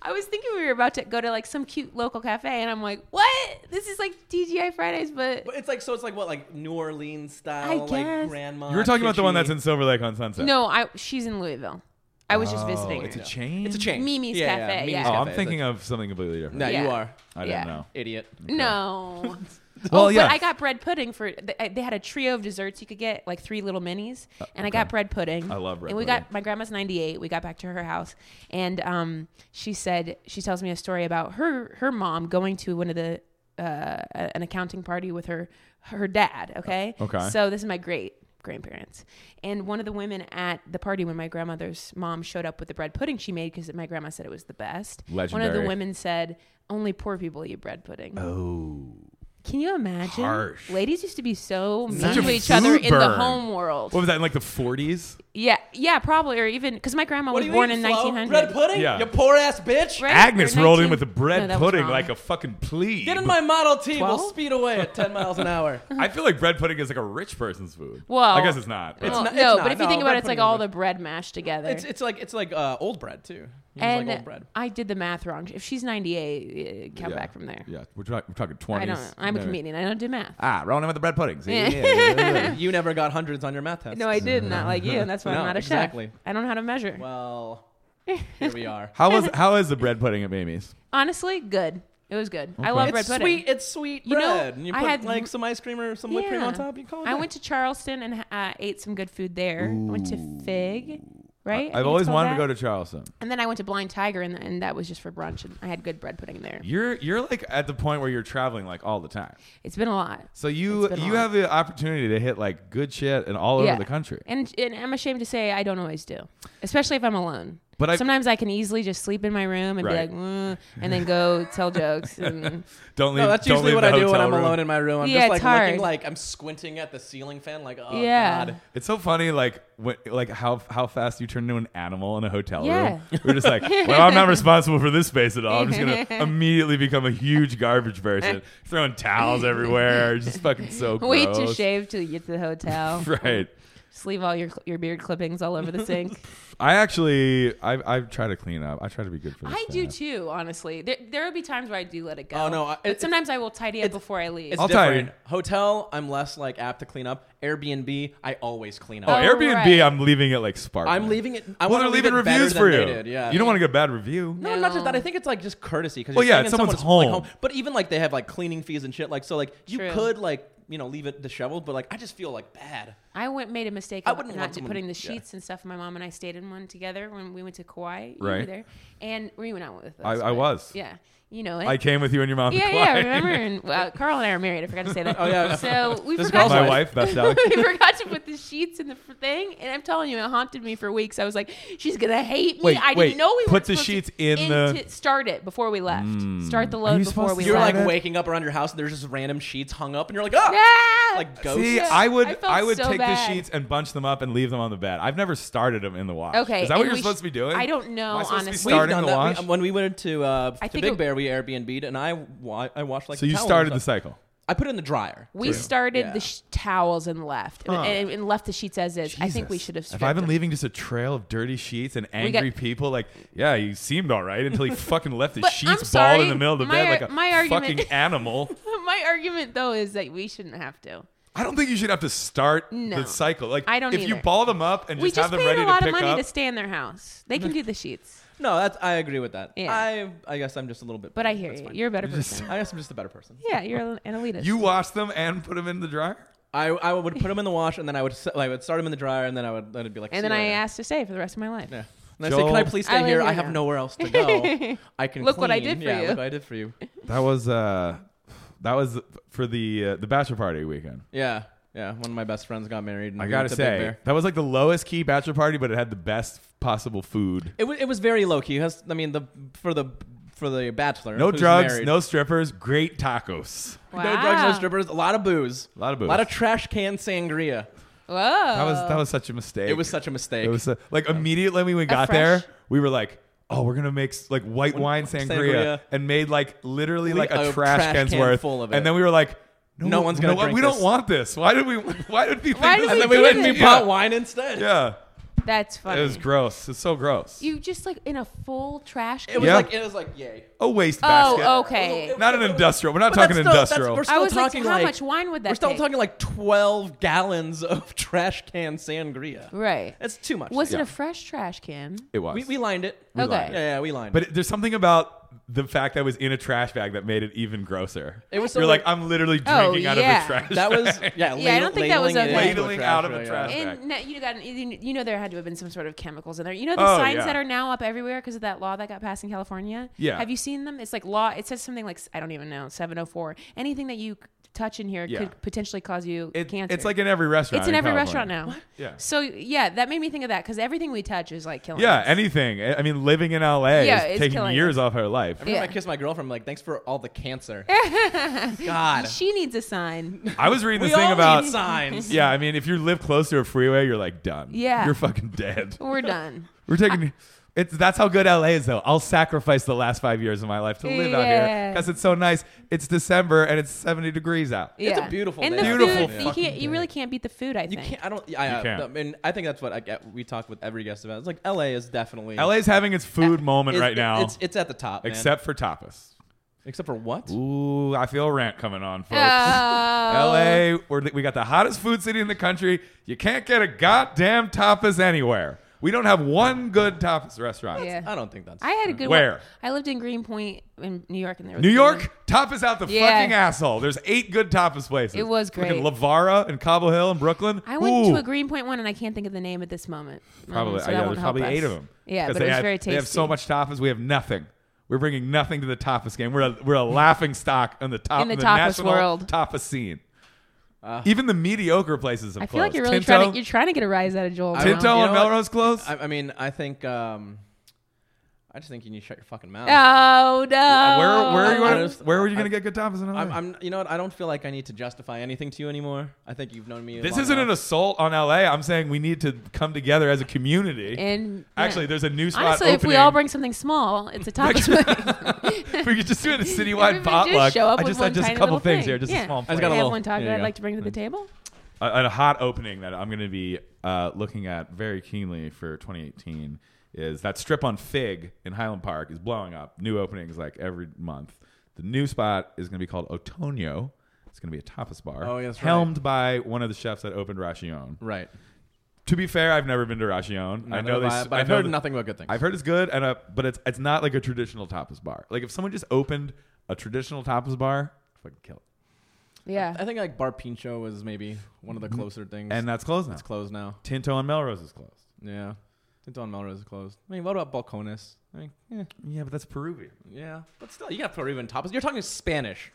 C: I was thinking we were about to go to like some cute local cafe, and I'm like, "What? This is like TGI Fridays, but
B: But it's like so. It's like what, like New Orleans style,
C: I
B: like
C: guess.
B: grandma.
A: You were talking about the one that's
B: kitschy-
A: in Silver Lake on Sunset.
C: no, I she's in Louisville. I was just
A: Oh,
C: visiting.
A: It's a
C: her.
A: chain.
B: It's a chain.
C: Mimi's Cafe, yeah.
A: Oh, I'm
B: Cafe.
A: thinking of something completely different.
B: No, you
C: Yeah.
B: are
A: I didn't
C: Yeah.
A: know.
B: idiot.
C: No.
A: Well,
C: oh,
A: yeah.
C: But I got bread pudding for. th- I- They had a trio of desserts you could get, like three little minis, and I got bread pudding.
A: Uh, I love bread
C: And we
A: pudding.
C: got my grandma's ninety eight. We got back to her house, and um, she said she tells me a story about her her mom going to one of the uh, a- an accounting party with her her dad. Okay.
A: Uh, Okay.
C: So this is my great grandparents and one of the women at the party when my grandmother's mom showed up with the bread pudding she made because my grandma said it was the best one of
A: Legendary.
C: the women said only poor people eat bread pudding
A: Oh.
C: can you imagine?
A: Harsh.
C: Ladies used to be so mean
A: Such a
C: to each other
A: food
C: in the
A: burn.
C: home world.
A: What was that in like the 40s?
C: yeah, yeah, probably, or even because my grandma
B: What
C: was
B: do you
C: born
B: eat,
C: in
B: Flo?
C: 1900.
B: Bread pudding?
A: Yeah.
B: You poor ass bitch.
C: Right?
A: Agnes
C: Or
A: rolled in
C: 19
A: with the bread
C: No, that was
A: pudding
C: wrong.
A: like a fucking plebe.
B: Get in my Model T. We'll
C: Twelve?
B: speed away at 10 miles an hour.
A: I feel like bread pudding is like a rich person's food.
C: Well-
A: I guess it's not. but-
B: It's
C: Well,
B: not- it's
C: no,
B: not.
C: but if you
B: No,
C: think about
B: bread
C: it, it's like
B: pudding is
C: all
B: good.
C: the bread mashed together.
B: It's it's like it's like uh, old bread too. You use,
C: and
B: like old bread.
C: I did the math wrong. If she's 98, uh, count
A: yeah.
C: back from there.
A: Yeah, we're, talk- we're talking 20s.
C: I don't. I'm a
A: maybe.
C: comedian. I don't do math.
A: Ah, rolling in with the bread pudding. See?
C: Yeah.
A: Yeah.
B: You never got hundreds on your math test.
C: No, I did not like you, and that's why
B: No,
C: I'm not a
B: exactly.
C: chef. I don't know how to measure.
B: Well, here we are.
A: how was how is the bread pudding at Mamie's?
C: Honestly, good. It was good. I love
B: it's
C: bread pudding.
B: sweet. It's sweet
C: You know,
B: bread. and you
C: I
B: put
C: had-
B: like some ice cream or some whipped cream on
C: Yeah.
B: top. You call it.
C: I went to Charleston and uh, ate some good food there. I went to Fig, right?
A: I've always wanted to go to Charleston.
C: And then I went to Blind Tiger, and, and that was just for brunch, and I had good bread pudding there.
A: You're you're like at the point where you're traveling like all the time.
C: It's been a lot.
A: So you
C: It's been
A: you
C: on.
A: have the opportunity to hit like good shit and all
C: Yeah.
A: over the country.
C: And, and I'm ashamed to say I don't always do, especially if I'm alone.
A: But I-
C: sometimes I can easily just sleep in my room and
A: Right.
C: be like, "Mm," and then go tell jokes. And
A: Don't leave.
B: No, that's
A: don't
B: usually
A: leave
B: what
A: the
B: I do when
A: hotel
B: I'm
A: room.
B: alone in my room. I'm
C: Yeah,
B: just like
C: it's
B: looking
C: hard.
B: like I'm squinting at the ceiling fan, like oh
C: Yeah.
B: god.
A: It's so funny, like when, like how how fast you turn into an animal in a hotel
C: Yeah.
A: room. We're just like, well, I'm not responsible for this space at all. I'm just gonna immediately become a huge garbage person, throwing towels everywhere. It's Just fucking so gross.
C: wait to shave till you get to the hotel.
A: Right.
C: Just leave all your your beard clippings all over the sink.
A: I actually, I I try to clean up. I try to be good for. This
C: I do
A: too.
C: too, honestly. There there will be times where I do let it go.
B: Oh, no, I-
C: but
B: it-
C: sometimes I will tidy up
B: it's-
C: before I leave.
B: It's
A: I'll tell you.
B: different. Hotel, I'm less like apt to clean up. Airbnb, I always clean
A: Oh,
B: up.
C: Oh,
A: Airbnb,
C: right.
A: I'm leaving it like sparkling.
B: I'm leaving it. I
A: Well,
B: want
A: they're
B: to leave
A: leaving
B: it
A: reviews
B: better
A: for
B: than
A: you.
B: They did. Yeah.
A: You don't want to get a bad review.
B: No, not just that.
C: No.
B: I think it's like just courtesy because
A: Well,
B: you're
A: yeah,
B: staying
A: it's
B: in someone's,
A: someone's
B: like,
A: home.
B: But even like they have like cleaning fees and shit. Like so, like you
C: True.
B: could like you know leave it disheveled, but like I just feel like bad.
C: I went made a mistake.
B: I
C: of
B: wouldn't want
C: not
B: someone-
C: putting the
B: yeah.
C: sheets and stuff. My mom and I stayed in one together when we went to Kauai. You
A: Right.
C: were there, and were you not with us?
A: I- I
C: but-
A: was.
C: Yeah, you know it.
A: I came with you and your mom. to
C: yeah, yeah.
A: Kauai.
C: Remember, and uh, Carl and I are married. I forgot to say that.
B: Oh, yeah.
C: So we
B: This
C: forgot.
B: girl's
A: My
C: To,
A: wife, Beth Sally.
C: we forgot to put the sheets in the f- thing, and I'm telling you, it haunted me for weeks. I was like, "She's gonna hate me."
A: Wait,
C: I
A: wait,
C: didn't know we
A: put
C: weren't
A: the
C: supposed to-
A: sheets in the- Hmm.
C: to start it before we left. Start the
A: Are you
C: load before
A: supposed
C: we
A: to
B: You're
A: Slide
B: like
C: left.
A: it?
B: waking up around your house and there's just random sheets hung up, and you're like, ah,
C: yeah.
B: like ghosts.
A: See,
C: Yeah,
A: I would
C: I felt
A: I, would
C: so
A: take
C: bad.
A: the sheets and bunch them up and leave them on the bed. I've never started them in the wash.
C: Okay,
A: is that what
C: and
A: you're
C: we
A: supposed
C: sh-
A: to be doing?
C: I don't know,
A: Am I supposed to be
C: honestly.
B: We've
A: starting
B: done
A: the
B: that.
A: wash.
B: We, um, when we went to uh,
C: I
B: to
C: think
B: Big
C: it-
B: Bear, we Airbnb'd, and I wa- I washed like.
A: so you
B: towels and
A: started the
B: stuff.
A: cycle.
B: I put it in the dryer.
C: We
B: too.
C: started
B: Yeah.
C: the sh- towels and left,
A: Huh.
C: and, and left the sheets as is. I think we
A: Jesus.
C: should have.
A: If I've
C: stripped
A: been
C: them.
A: leaving just a trail of dirty sheets and
C: got-
A: angry people, like, yeah, you seemed all right until he fucking left his
C: But I'm
A: sheets bald
C: sorry,
A: in the middle of the
C: my
A: bed
C: ar-
A: like a
C: my argument-
A: fucking animal.
C: My argument, though, is that we shouldn't have to.
A: I don't think you should have to start
C: No.
A: the cycle. Like,
C: I don't
A: if you
C: either.
A: ball them up and
C: we
A: just,
C: just
A: have them
C: paid
A: ready
C: a lot
A: to
C: of
A: pick
C: money
A: up,
C: to stay in their house. They can do the sheets,
B: No, that's I agree with that.
C: Yeah.
B: I I guess I'm just a little bit.
C: but I hear you. You're a better
A: Just-
C: person.
B: I guess I'm just a better person.
C: yeah, you're an elitist.
A: you wash them and put them in the dryer.
B: I, I would put them in the wash and then I would s- I would start them in the dryer and then I would then it'd be like.
C: And
B: "See
C: then
B: you
C: I
B: later."
C: asked to stay for the rest of my life.
B: Yeah. And I say, can
A: Joel-
B: I please
C: I
B: stay
C: live
B: here?
C: here
B: I have
C: now."
B: nowhere else to go. I can
C: Look what I
B: clean.
C: did for
B: yeah,
C: you.
B: Look what I did for you.
A: That was uh, that was for the uh, the bachelor party weekend.
B: Yeah, yeah. One of my best friends got married. And
A: I
B: we
A: gotta
B: went to Big
A: say
B: Bear.
A: that was like the lowest key bachelor party, but it had the best possible food.
B: it was it was very low key. It has- I mean the for the for the bachelor.
A: No
B: who's
A: drugs,
B: married.
A: no strippers, great tacos.
B: no drugs, no
C: Wow.
B: strippers. A lot of booze.
A: A lot of booze.
B: A lot of trash can sangria.
C: Whoa.
A: That was that was
C: Uh,
A: such a mistake.
B: It was such a mistake.
A: It was uh, like immediately when we got
C: fresh-
A: there, we were like, "Oh, we're gonna make s- like white wine sangria,",
B: sangria.
A: and made like literally
B: We-
A: like a,
B: a
A: trash,
B: trash
A: can's
B: can
A: worth
B: full of it.
A: And then we were like, "No,
B: No one's gonna
A: no,
B: drink
A: We
B: this.
A: don't want this. Why did we? Why did we think
C: Why
A: this?
C: did
B: and then
C: we
B: we
C: do
B: went and
C: it.
B: we bought
A: Yeah.
B: wine instead.
A: Yeah,
C: That's funny.
A: it was gross. It's so gross.
C: You just like in a full trash can.
B: It was
A: Yeah.
B: like it was like yay.
A: a waste basket.
C: oh, okay.
A: Not an industrial. We're not
B: But
A: talking
B: that's still- that's-
A: industrial.
B: we're
C: I
B: still
C: was like,
B: talking
C: how
B: like
C: much wine would that
B: We're still
C: take?
B: talking like 12 gallons of trash can sangria.
C: Right.
B: That's too much.
C: Was it
A: Yeah.
C: a fresh trash can?
A: it was.
B: we, we lined it.
A: We
C: Okay.
A: lied.
B: Yeah, yeah, we lined it.
A: But it- there's something about the fact that it was in a trash bag that made it even grosser.
B: It was so
A: You're like,
B: weird.
A: I'm literally
C: Oh,
A: drinking out
C: yeah.
A: of a trash.
B: That
A: bag."
B: was yeah.
C: Yeah, I don't think that was
B: ladling it
C: okay.
B: into
A: Ladling out of a
B: bag,
A: trash
B: yeah.
A: bag.
C: And no, you got you you know there had to have been some sort of chemicals in there. You know the
A: Oh,
C: signs
A: yeah.
C: that are now up everywhere because of that law that got passed in California.
A: Yeah.
C: Have you seen them? It's like law. It says something like I don't even know 704. Anything that you c- touch in here
A: Yeah.
C: could potentially cause you
A: It-
C: cancer.
A: It's like in every restaurant.
C: it's in every
A: California.
C: restaurant now.
A: Yeah.
C: So yeah, that made me think of that because everything we touch is like killing.
A: Yeah,
C: us.
A: anything. I I mean, living in LA is
C: Yeah, it's
A: taking
C: killing
A: years off her life.
B: Every time
C: Yeah.
B: I kiss my girlfriend, I'm like, thanks for all the cancer. God,
C: She needs a sign.
A: I was reading
B: we
A: this thing
B: all
A: about.
B: need signs.
A: Yeah, I mean, if you live close to a freeway, you're like done.
C: Yeah.
A: you're fucking dead.
C: We're done.
A: We're taking. it's that's how good LA is, though. I'll sacrifice the last five years of my life to live out here
C: Yeah.
A: because it's so nice. It's December and it's 70 degrees out.
B: It's a
C: Yeah.
B: beautiful
C: and
B: day.
C: The
A: Beautiful
C: Food, you,
A: fucking
C: can't, you really can't beat the food. I
B: You
C: think.
B: can't. I don't. I, uh,
A: can't.
B: I mean, I think that's what I get. We talked with every guest about. It's like L.A. is definitely
A: LA's having its food moment
B: is-
A: right now,
B: Uh, It's it's at the top. man.
A: except for tapas.
B: except for what?
A: Ooh, I feel a rant coming on, folks.
C: Uh, Oh.
A: LA, we're, we got the hottest food city in the country. You can't get a goddamn tapas anywhere. We don't have one good tapas restaurant.
C: Yeah.
B: I don't think that's.
C: I had a good
A: Where?
C: one. I lived in Greenpoint in New York, and there was
A: New
C: a good
A: York,
C: one.
A: tapas out the
C: Yeah.
A: fucking asshole. There's eight good tapas places.
C: It was
A: Fucking
C: great.
A: Lavara and Cobble Hill and Brooklyn.
C: I went
A: Ooh.
C: to a Greenpoint one, and I can't think of the name at this moment. Um,
A: Probably,
C: so
A: I-
C: that
A: yeah,
C: won't
A: there's
C: help
A: probably
C: us.
A: eight of them.
C: Yeah,
A: 'Cause
C: but
A: they
C: it was
A: have-
C: very tasty.
A: They have so much tapas. We have nothing. We're bringing nothing to the tapas game. We're a, we're a laughing stock in the top
C: In the
A: in
C: tapas
A: national
C: world.
A: tapas scene. Even the mediocre places have
C: I feel like
A: closed.
C: you're really
A: Tinto,
C: trying to you're trying to get a rise out of Joel.
B: I
C: now.
A: Tinto
B: You
A: and
B: know what?
A: Melrose closed.
B: I, I mean, I think. Um, I just think you need to shut your fucking mouth.
C: Oh no.
A: where where are you
B: I
A: gonna,
B: just-
A: where were you gonna
B: I-
A: get good tapas in LA?
B: I'm, I'm. You know what? I don't feel like I need to justify anything to you anymore. I think you've known me.
A: this
B: long
A: isn't an
B: enough.
A: assault on LA. I'm saying we need to come together as a community.
C: And yeah.
A: Actually, there's a new spot
C: honestly, if we
A: opening.
C: all bring something small, it's a tapas.
A: if we could just do it a
C: If we
A: citywide
C: just
A: potluck.
C: show up
A: I
C: with
A: just had
C: one
A: just a
C: tiny
A: couple
C: little
A: things
C: thing.
A: here, just
C: Yeah.
A: a small.
B: I
A: plate.
B: just got a
C: I have
B: little-
C: one
B: there
C: taco
B: you
C: I'd
B: go.
C: like to bring to the table.
A: a, a hot opening that I'm going to be uh, looking at very keenly for 2018 is that strip on Fig in Highland Park is blowing up. New openings like every month. The new spot is going to be called Otonio. It's going to be a tapas bar.
B: Oh, yeah, that's right.
A: helmed by one of the chefs that opened Rashion.
B: Right.
A: To be fair, I've never been to Rashion. I know they.
B: I,
A: s-
B: but
A: I
B: I've
A: know
B: heard
A: that-
B: nothing but good things.
A: I've heard it's good, and uh, but it's it's not like a traditional tapas bar. Like if someone just opened a traditional tapas bar, fucking kill it.
C: Yeah.
B: I think like Bar Pincho was maybe one of the closer things.
A: Mm-hmm. And that's closed now.
B: it's closed now.
A: Tinto and Melrose is closed.
B: Yeah. Tinto and Melrose is closed. I mean, what about Balcones? I mean, yeah,
A: Yeah, but that's Peruvian.
B: yeah. But still, you got Peruvian tapas. You're talking Spanish.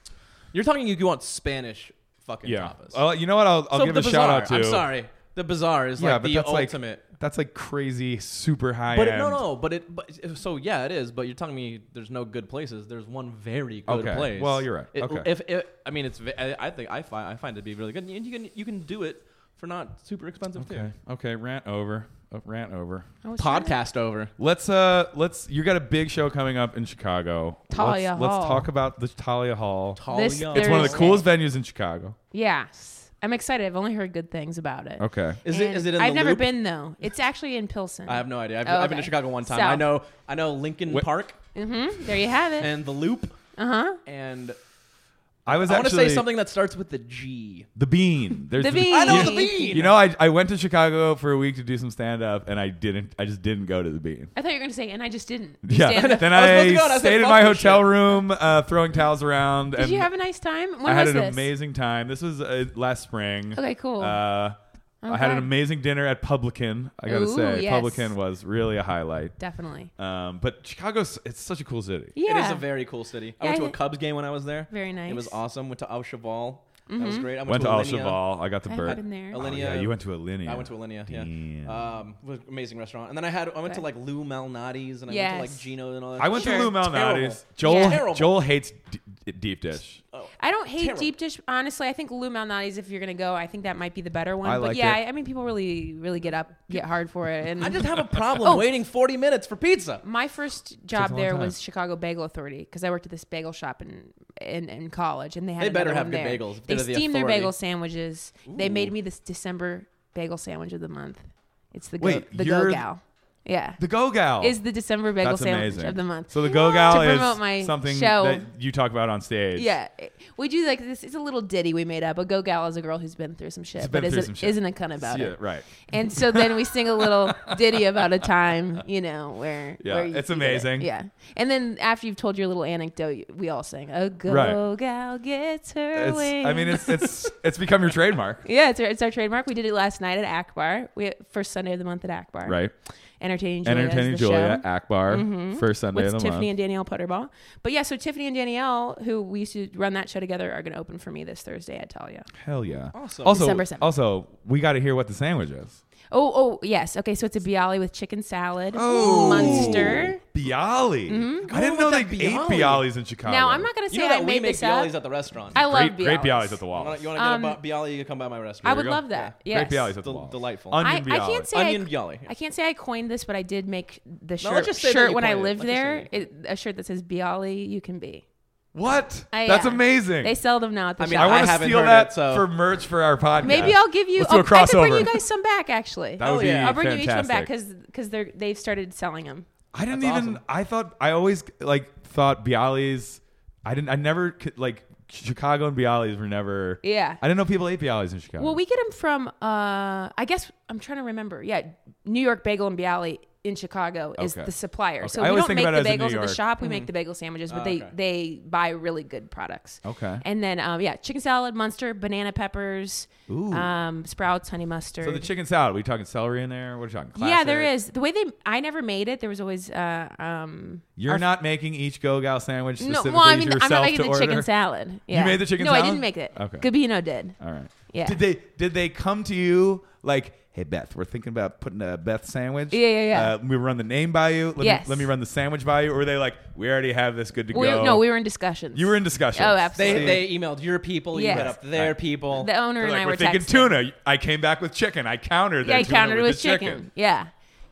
B: You're talking you want Spanish fucking
A: yeah.
B: tapas.
A: Oh, you know what? I'll, I'll
B: So
A: give
B: the
A: a shout out to.
B: bazaar, I'm sorry. The bazaar is
A: Yeah,
B: like
A: but
B: the
A: that's like-
B: ultimate.
A: That's like crazy, super high
B: but it,
A: end.
B: no, no. But it. But so yeah, it is. But you're telling me there's no good places. There's one very good
A: Okay.
B: place.
A: Well, you're right.
B: It-
A: Okay.
B: If it, I mean, it's. ve- I I think I find I find it to be really good. And you can you can do it for not super expensive
A: Okay, okay, rant over. Uh, rant over.
C: I was
B: too.
C: trying to-
B: Podcast over.
A: Let's uh, let's. You got a big show coming up in Chicago.
C: Talia
A: let's, Let's
C: Hall.
A: talk about the Talia Hall.
C: This
B: Talia.
A: It's one of the
C: Thursday.
A: coolest venues in Chicago.
C: Yes. I'm excited. I've only heard good things about it.
A: Okay.
B: Is it?
C: And
B: Is it? In
C: I've
B: the
C: never
B: loop?
C: been though. It's actually in Pilsen.
B: I have no idea. I've,
C: Oh,
B: I've been to
C: okay.
B: Chicago one time.
C: South.
B: I know. I know Lincoln
A: Wh-
B: Park
C: Mm-hmm. There you have it.
B: and the Loop
C: Uh huh.
B: and
A: I was
B: I want to
A: actually
B: say something that starts with the G.
A: The bean. There's
C: The Bean. I
B: know The
A: You-
B: Bean.
A: You know, I, I went to Chicago for a week to do some stand up, and I didn't. I just didn't go to the bean.
C: I thought you were going to say, and I just didn't.
A: Yeah.
C: Stand up.
A: Then
B: I was supposed
A: I,
B: to go, and I said,
A: stayed in
B: "Fuck
A: my
B: this
A: hotel
B: shit."
A: room, uh, throwing towels around.
C: Did
A: and
C: you have a nice time? When
A: I had
C: was
A: an
C: this?
A: amazing time. This was uh, last spring.
C: Okay, cool.
A: Uh, I had an
C: Okay.
A: amazing dinner at Publican. I gotta
C: Ooh,
A: say,
C: yes.
A: Publican was really a highlight.
C: Definitely.
A: Um, but Chicago's it's such a cool city.
C: Yeah.
B: It is a very cool city. I
C: Yeah,
B: went
C: I
B: to a
C: thi-
B: Cubs game when I was there.
C: Very
B: It was
C: nice. Mm-hmm.
B: awesome. Went to Au Cheval. That was great. I
A: Went to Al
B: Alenia.
A: Cheval. I got the
C: I
A: bird.
C: haven't been there.
B: Alenia.
A: Oh, yeah, you went to Alinea.
B: I went to Alinea.
A: Damn.
B: Yeah. Um, was an amazing restaurant. And then I had I went to
C: Okay.
B: like Lou Malnati's and I went to like
C: Yes.
B: Gino and all that.
A: I went
C: Sure.
A: to Lou Malnati's. Joel
C: Yeah.
B: Terrible.
A: Joel hates d- d- deep dish.
B: Oh.
C: I don't hate
B: Terrible.
C: deep dish. Honestly, I think Lou Malnati's. If you're gonna go, I think that might be the better one.
A: I
C: but
A: like
C: yeah,
A: it.
C: I, I mean, people really, really get up, get hard for it. And
B: I just have a problem
C: Oh.
B: waiting 40 minutes for pizza.
C: my first
A: a
C: job
A: long
C: there
A: time.
C: was Chicago Bagel Authority because I worked at this bagel shop in in, in college, and they had
B: They better
C: another
B: have
C: one
B: good
C: there.
B: bagels if
C: They
B: they're the
C: steam their
B: authority.
C: bagel sandwiches. They
B: Ooh.
C: made me this December bagel sandwich of the month. It's the
A: Wait,
C: go, the
A: you're
C: go
A: th-
C: gal. Yeah,
A: The Go Gal
C: is the December bagel
A: That's
C: sandwich
A: amazing.
C: of the month.
A: So the Go Gal
C: To
A: is
C: promote my
A: something
C: show.
A: that you talk about on stage.
C: Yeah, it- we do like this. It's a little ditty we made up. A go gal is a girl who's been through some shit,
A: been
C: but
A: through
C: isn't
A: some shit.
C: isn't a cunt about
A: Yeah,
C: it.
A: right.
C: And so then we sing a little ditty about a time, you know, where
A: Yeah,
C: where you-
A: it's
C: you did it.
A: amazing.
C: Yeah, and then after you've told your little anecdote, you- we all sing. A go
A: Right.
C: gal gets her
A: It's,
C: wings.
A: I mean, it's it's it's become your trademark,
C: yeah, it's our, it's our trademark. We did it last night at Akbar. We first Sunday of the month at Akbar.
A: right?
C: entertaining Julia. is
A: Entertaining
C: the
A: Julia,
C: show Mm-hmm.
A: Akbar, first Sunday
C: with
A: of the
C: Tiffany
A: month.
C: and Danielle Putterball. But yeah, so Tiffany and Danielle, who we used to run that show together, are going to open for me this Thursday at Talia.
A: Hell yeah!
B: Awesome.
A: Also,
C: December 7th.
A: also, we got to hear what the sandwich is.
C: Oh, oh, yes. Okay, so it's a bialy with chicken salad, Munster.
A: Oh,
C: Mm-hmm.
A: Bialy. I didn't
B: with
A: know they
B: that
A: ate
B: Bialy.
A: bialys in Chicago.
C: Now, I'm not going to say
B: You know
C: I
B: that
C: made
B: we make
C: this up.
B: bialys at the restaurant.
C: I
A: great,
C: love
A: great bialys at the
B: You
A: wall.
B: want to get
C: Um,
B: a bialy? You come by my
C: I
B: restaurant.
C: would
A: go.
C: love that.
A: Great
C: Yes.
A: bialys at the
B: Del-
A: wall.
B: delightful.
C: I,
A: Onion
C: I
A: bialy.
C: can't say
B: Onion
C: I,
B: bialy.
C: I can't say I coined this, but I did make the shirt,
B: just say that
C: shirt
B: you
C: when I
B: coined it.
C: lived
B: Let's just say that
C: there.
B: you
C: It, a shirt that says "Bialy, you can be."
A: What?
C: I,
A: That's
C: uh,
A: amazing.
C: They sell them now at the
B: I mean,
C: shop.
A: I want to
B: haven't
A: steal
B: heard
A: that
B: it, so-
A: for merch for our podcast.
C: Maybe I'll give you.
A: Let's do a
C: I'll- I could bring
A: crossover.
C: you guys some back, actually.
A: That would be
B: Hell yeah.
C: I'll bring you each one
A: fantastic.
C: back because because they're they've started selling them.
A: I didn't
B: That's
A: even.
B: awesome.
A: I thought I always like thought Bialys. I didn't. I never could, like Chicago and Bialys were never.
C: Yeah.
A: I didn't know people ate Bialys in Chicago.
C: Well, we get them from. Uh, I guess I'm trying to remember. Yeah, New York Bagel and Bialy in Chicago is
A: Okay.
C: the supplier. So
A: I
C: we
A: always
C: don't
A: think
C: make
A: about it
C: the
A: as a New
C: bagels at the
A: York. Mm-hmm.
C: shop. We make the bagel sandwiches, but
B: Ah,
C: they
B: okay.
C: they buy really good products.
A: Okay.
C: And then um, yeah, chicken salad, Munster, banana peppers,
A: Ooh.
C: um, sprouts, honey mustard.
A: so the chicken salad. we talking celery in there? What are you talking? Classic?
C: yeah, there is the way they. I never made it. There was always. Uh, um,
A: You're not making each go-gal sandwich
C: no,
A: specifically
C: well, I mean,
A: yourself
C: I'm not making
A: to
C: the
A: order.
C: chicken salad. Yeah.
A: made the chicken
C: no,
A: salad?
C: I didn't make it.
A: Okay.
C: Gabino did.
A: All right.
C: Yeah.
A: Did they did they come to you like, hey Beth, we're thinking about putting a Beth sandwich?
C: Yeah, yeah, yeah.
A: Uh, we run the name by you. Let
C: Yes.
A: Me, let me run the sandwich by you. Or were they like, we already have this good to
C: We,
A: go?
C: no, we were in discussions.
A: You were in discussion.
C: Oh,
B: They,
C: absolutely.
B: they emailed your people. You
C: Yes.
B: hit up their people.
C: The owner
A: They're
C: and
A: like,
C: I
A: we're
C: were
A: thinking
C: texting.
A: tuna. I came back with chicken. I countered.
C: Yeah,
A: their
C: I
A: tuna
C: countered it with
A: the
C: chicken. Yeah,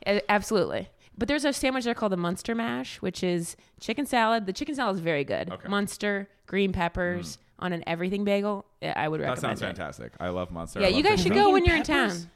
C: A- absolutely. But there's a sandwich there called the Munster Mash, which is chicken salad. The chicken salad is very good.
A: Okay. Mm.
C: Munster, green peppers on an everything bagel. I I would
A: That
C: recommend
A: sounds
C: it.
A: fantastic. I love monster.
C: Yeah,
A: I
C: you
A: love chicken
C: guys should
A: salad.
C: go
B: Green
C: when you're in town.
B: peppers?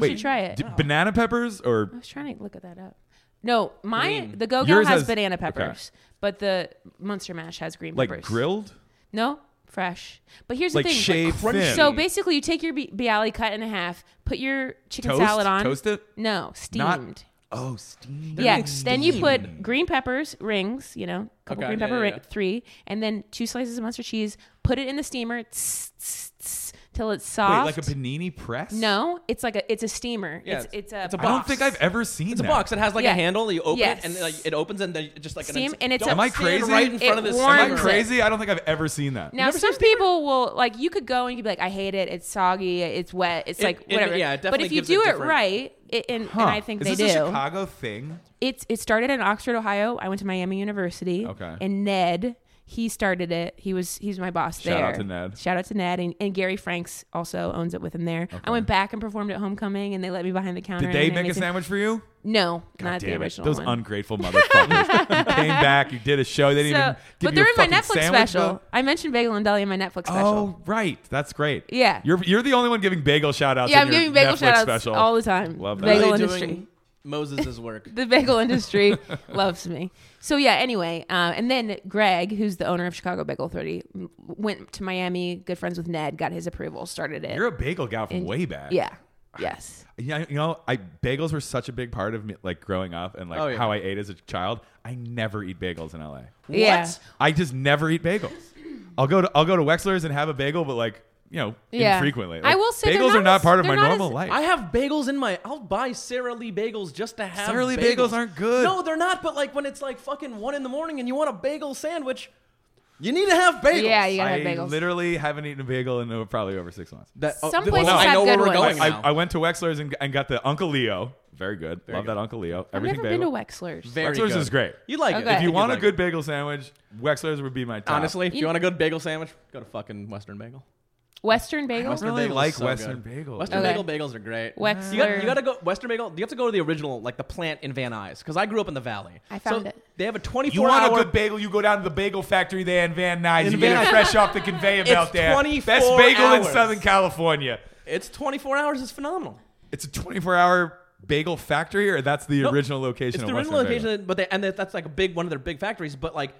C: You should try it.
A: d- banana peppers or
C: I was trying to look at that up. No, my
B: Green.
C: the go go
A: Yours
C: has,
A: has-
C: banana
A: okay.
C: peppers, but the Munster Mash has green
A: like
C: peppers.
A: grilled,
C: No, fresh. But here's
A: like
C: the thing:
A: shaved
B: crunchy.
A: thin.
C: So basically, you take your bi- bialy cut in half, put your chicken
A: Toast?
C: salad on.
A: Toast it?
C: No,
A: Not-
C: steamed.
A: oh, steamed.
C: yeah.
B: being
C: Then you put
B: steamed.
C: green peppers rings. You know, a couple
B: Okay,
C: green
B: yeah,
C: pepper
B: yeah,
C: ring,
B: yeah.
C: three, and then two slices of Munster cheese. Put it in the steamer tss, tss, tss, till it's
A: Wait,
C: soft.
A: like a panini press?
C: no, it's like a it's a steamer.
B: Yeah,
C: it's, it's
B: it's-
C: a
B: it's a
A: I don't think I've
B: box.
A: ever seen
B: It's a
A: that.
B: box. It has like
C: Yeah.
B: a handle. You open
C: Yes.
B: it, and like, it opens, and then just like
C: Steam,
B: an,
C: and it's
B: Don't
C: a-
A: Am I
B: stand
A: crazy?
B: Right in front
C: It
B: of this.
A: Am I
C: warms
B: steamer.
C: it.
A: crazy? I don't think I've ever seen that.
C: Now,
B: never
C: some
B: seen a steamer?
C: people will like you could go and you'd be like, I hate it. It's soggy. It's wet. It's
B: It-
C: like
B: it-
C: whatever.
B: yeah, it
C: but
B: definitely
C: if you
B: gives
C: do
B: a
C: it
B: different-
C: right, it, and, and I think
A: Is
C: they
A: this
C: do.
A: a Chicago thing?
C: It's it started in Oxford, Ohio. I went to Miami University.
A: Okay.
C: And Ned, he started it. He was he's my boss
A: Shout
C: there.
A: out to Ned.
C: Shout out to Ned and, and Gary Franks also owns it with him there. I went back and performed at homecoming, and they let me behind the counter.
A: Did
C: and
A: they
C: I
A: make
C: made
A: a
C: some-
A: sandwich for you?
C: No, not the
A: damn it.
C: original
A: Those
C: one.
A: ungrateful motherfuckers. you came back, you did a show, they didn't
C: So-
A: even give
C: but
A: you
C: they're
A: a
C: in my
A: fucking
C: Netflix
A: sandwich,
C: special.
A: though?
C: I mentioned Bagel and Deli in my Netflix special.
A: Oh, right. That's great.
C: Yeah.
A: You're you're the only one giving bagel shout outs.
C: yeah, I'm
A: your
C: giving bagel
A: Netflix
C: shout outs
A: special.
C: all the time.
A: Love that.
C: Bagel
B: Are they
C: industry.
B: doing Moses's work.
C: the bagel industry loves me. So yeah. Anyway, uh, and then Greg, who's the owner of Chicago Bagel Thirty, m- went to Miami. Good friends with Ned, got his approval, started it.
A: You're a bagel gal from way back.
C: yeah. Yes.
A: Yeah, you know, I bagels were such a big part of me, like growing up and like
B: Oh, yeah.
A: how I ate as a child. I never eat bagels in LA.
C: Yeah.
B: What?
A: I just never eat bagels. I'll go to I'll go to Wexler's and have a bagel, but like you know,
C: Yeah.
A: infrequently.
C: I
A: Like,
C: will say they're
A: bagels
C: not
A: are not
C: as-
A: part of my
C: they're not
A: normal
C: as-
A: life.
B: I have bagels in my. I'll buy Sara Lee bagels just to have.
A: Sara Lee bagels aren't good.
B: No, they're not. But like when it's like fucking one in the morning and you want a bagel sandwich, you need to have bagels.
C: Yeah. You gotta
A: I
C: have bagels.
A: literally haven't eaten a bagel in uh, probably over six months.
B: That,
C: Some
B: th-
C: places
B: I
C: have
B: know
C: good
B: where we're
A: I,
C: ones.
B: going
A: I,
B: now.
A: I went to Wexler's and, and got the Uncle Leo. Very good. Love that Uncle Leo.
C: I've
A: Everything
C: never been
A: bagel.
C: to Wexler's.
B: Very
A: Wexler's
B: good.
A: is great.
B: You like
C: Okay.
B: it.
A: if you
C: I
A: want a
B: like
A: good
B: it.
A: bagel sandwich, Wexler's would be my top.
B: honestly, if
C: You-
B: you want a good bagel sandwich, go to fucking Western Bagel.
C: Western Bagel.
B: Western
A: really
B: bagels
A: like
B: so
A: Western
B: good.
A: bagels.
B: Western
C: Okay.
B: bagel bagels are great.
C: Wexler.
B: You got, you got to go Western bagel. You have to go to the original, like the plant in Van Nuys, because I grew up in the valley.
C: I found
B: So
C: it.
B: They have a
A: You
B: 24
A: want
B: hour.
A: a good bagel? You go down to the bagel factory there in Van Nuys.
B: In
A: you get
B: Van
A: it
B: Nuys.
A: fresh off the conveyor
B: It's
A: belt there.
B: 24
A: Best bagel in
B: hours.
A: Southern California.
B: it's 24 hours. is phenomenal.
A: It's a 24-hour bagel factory, or that's the
B: No,
A: original location.
B: It's
A: of
B: the
A: Western
B: original
A: Bagel?
B: location, but they and that- that's like a big one of their big factories. But like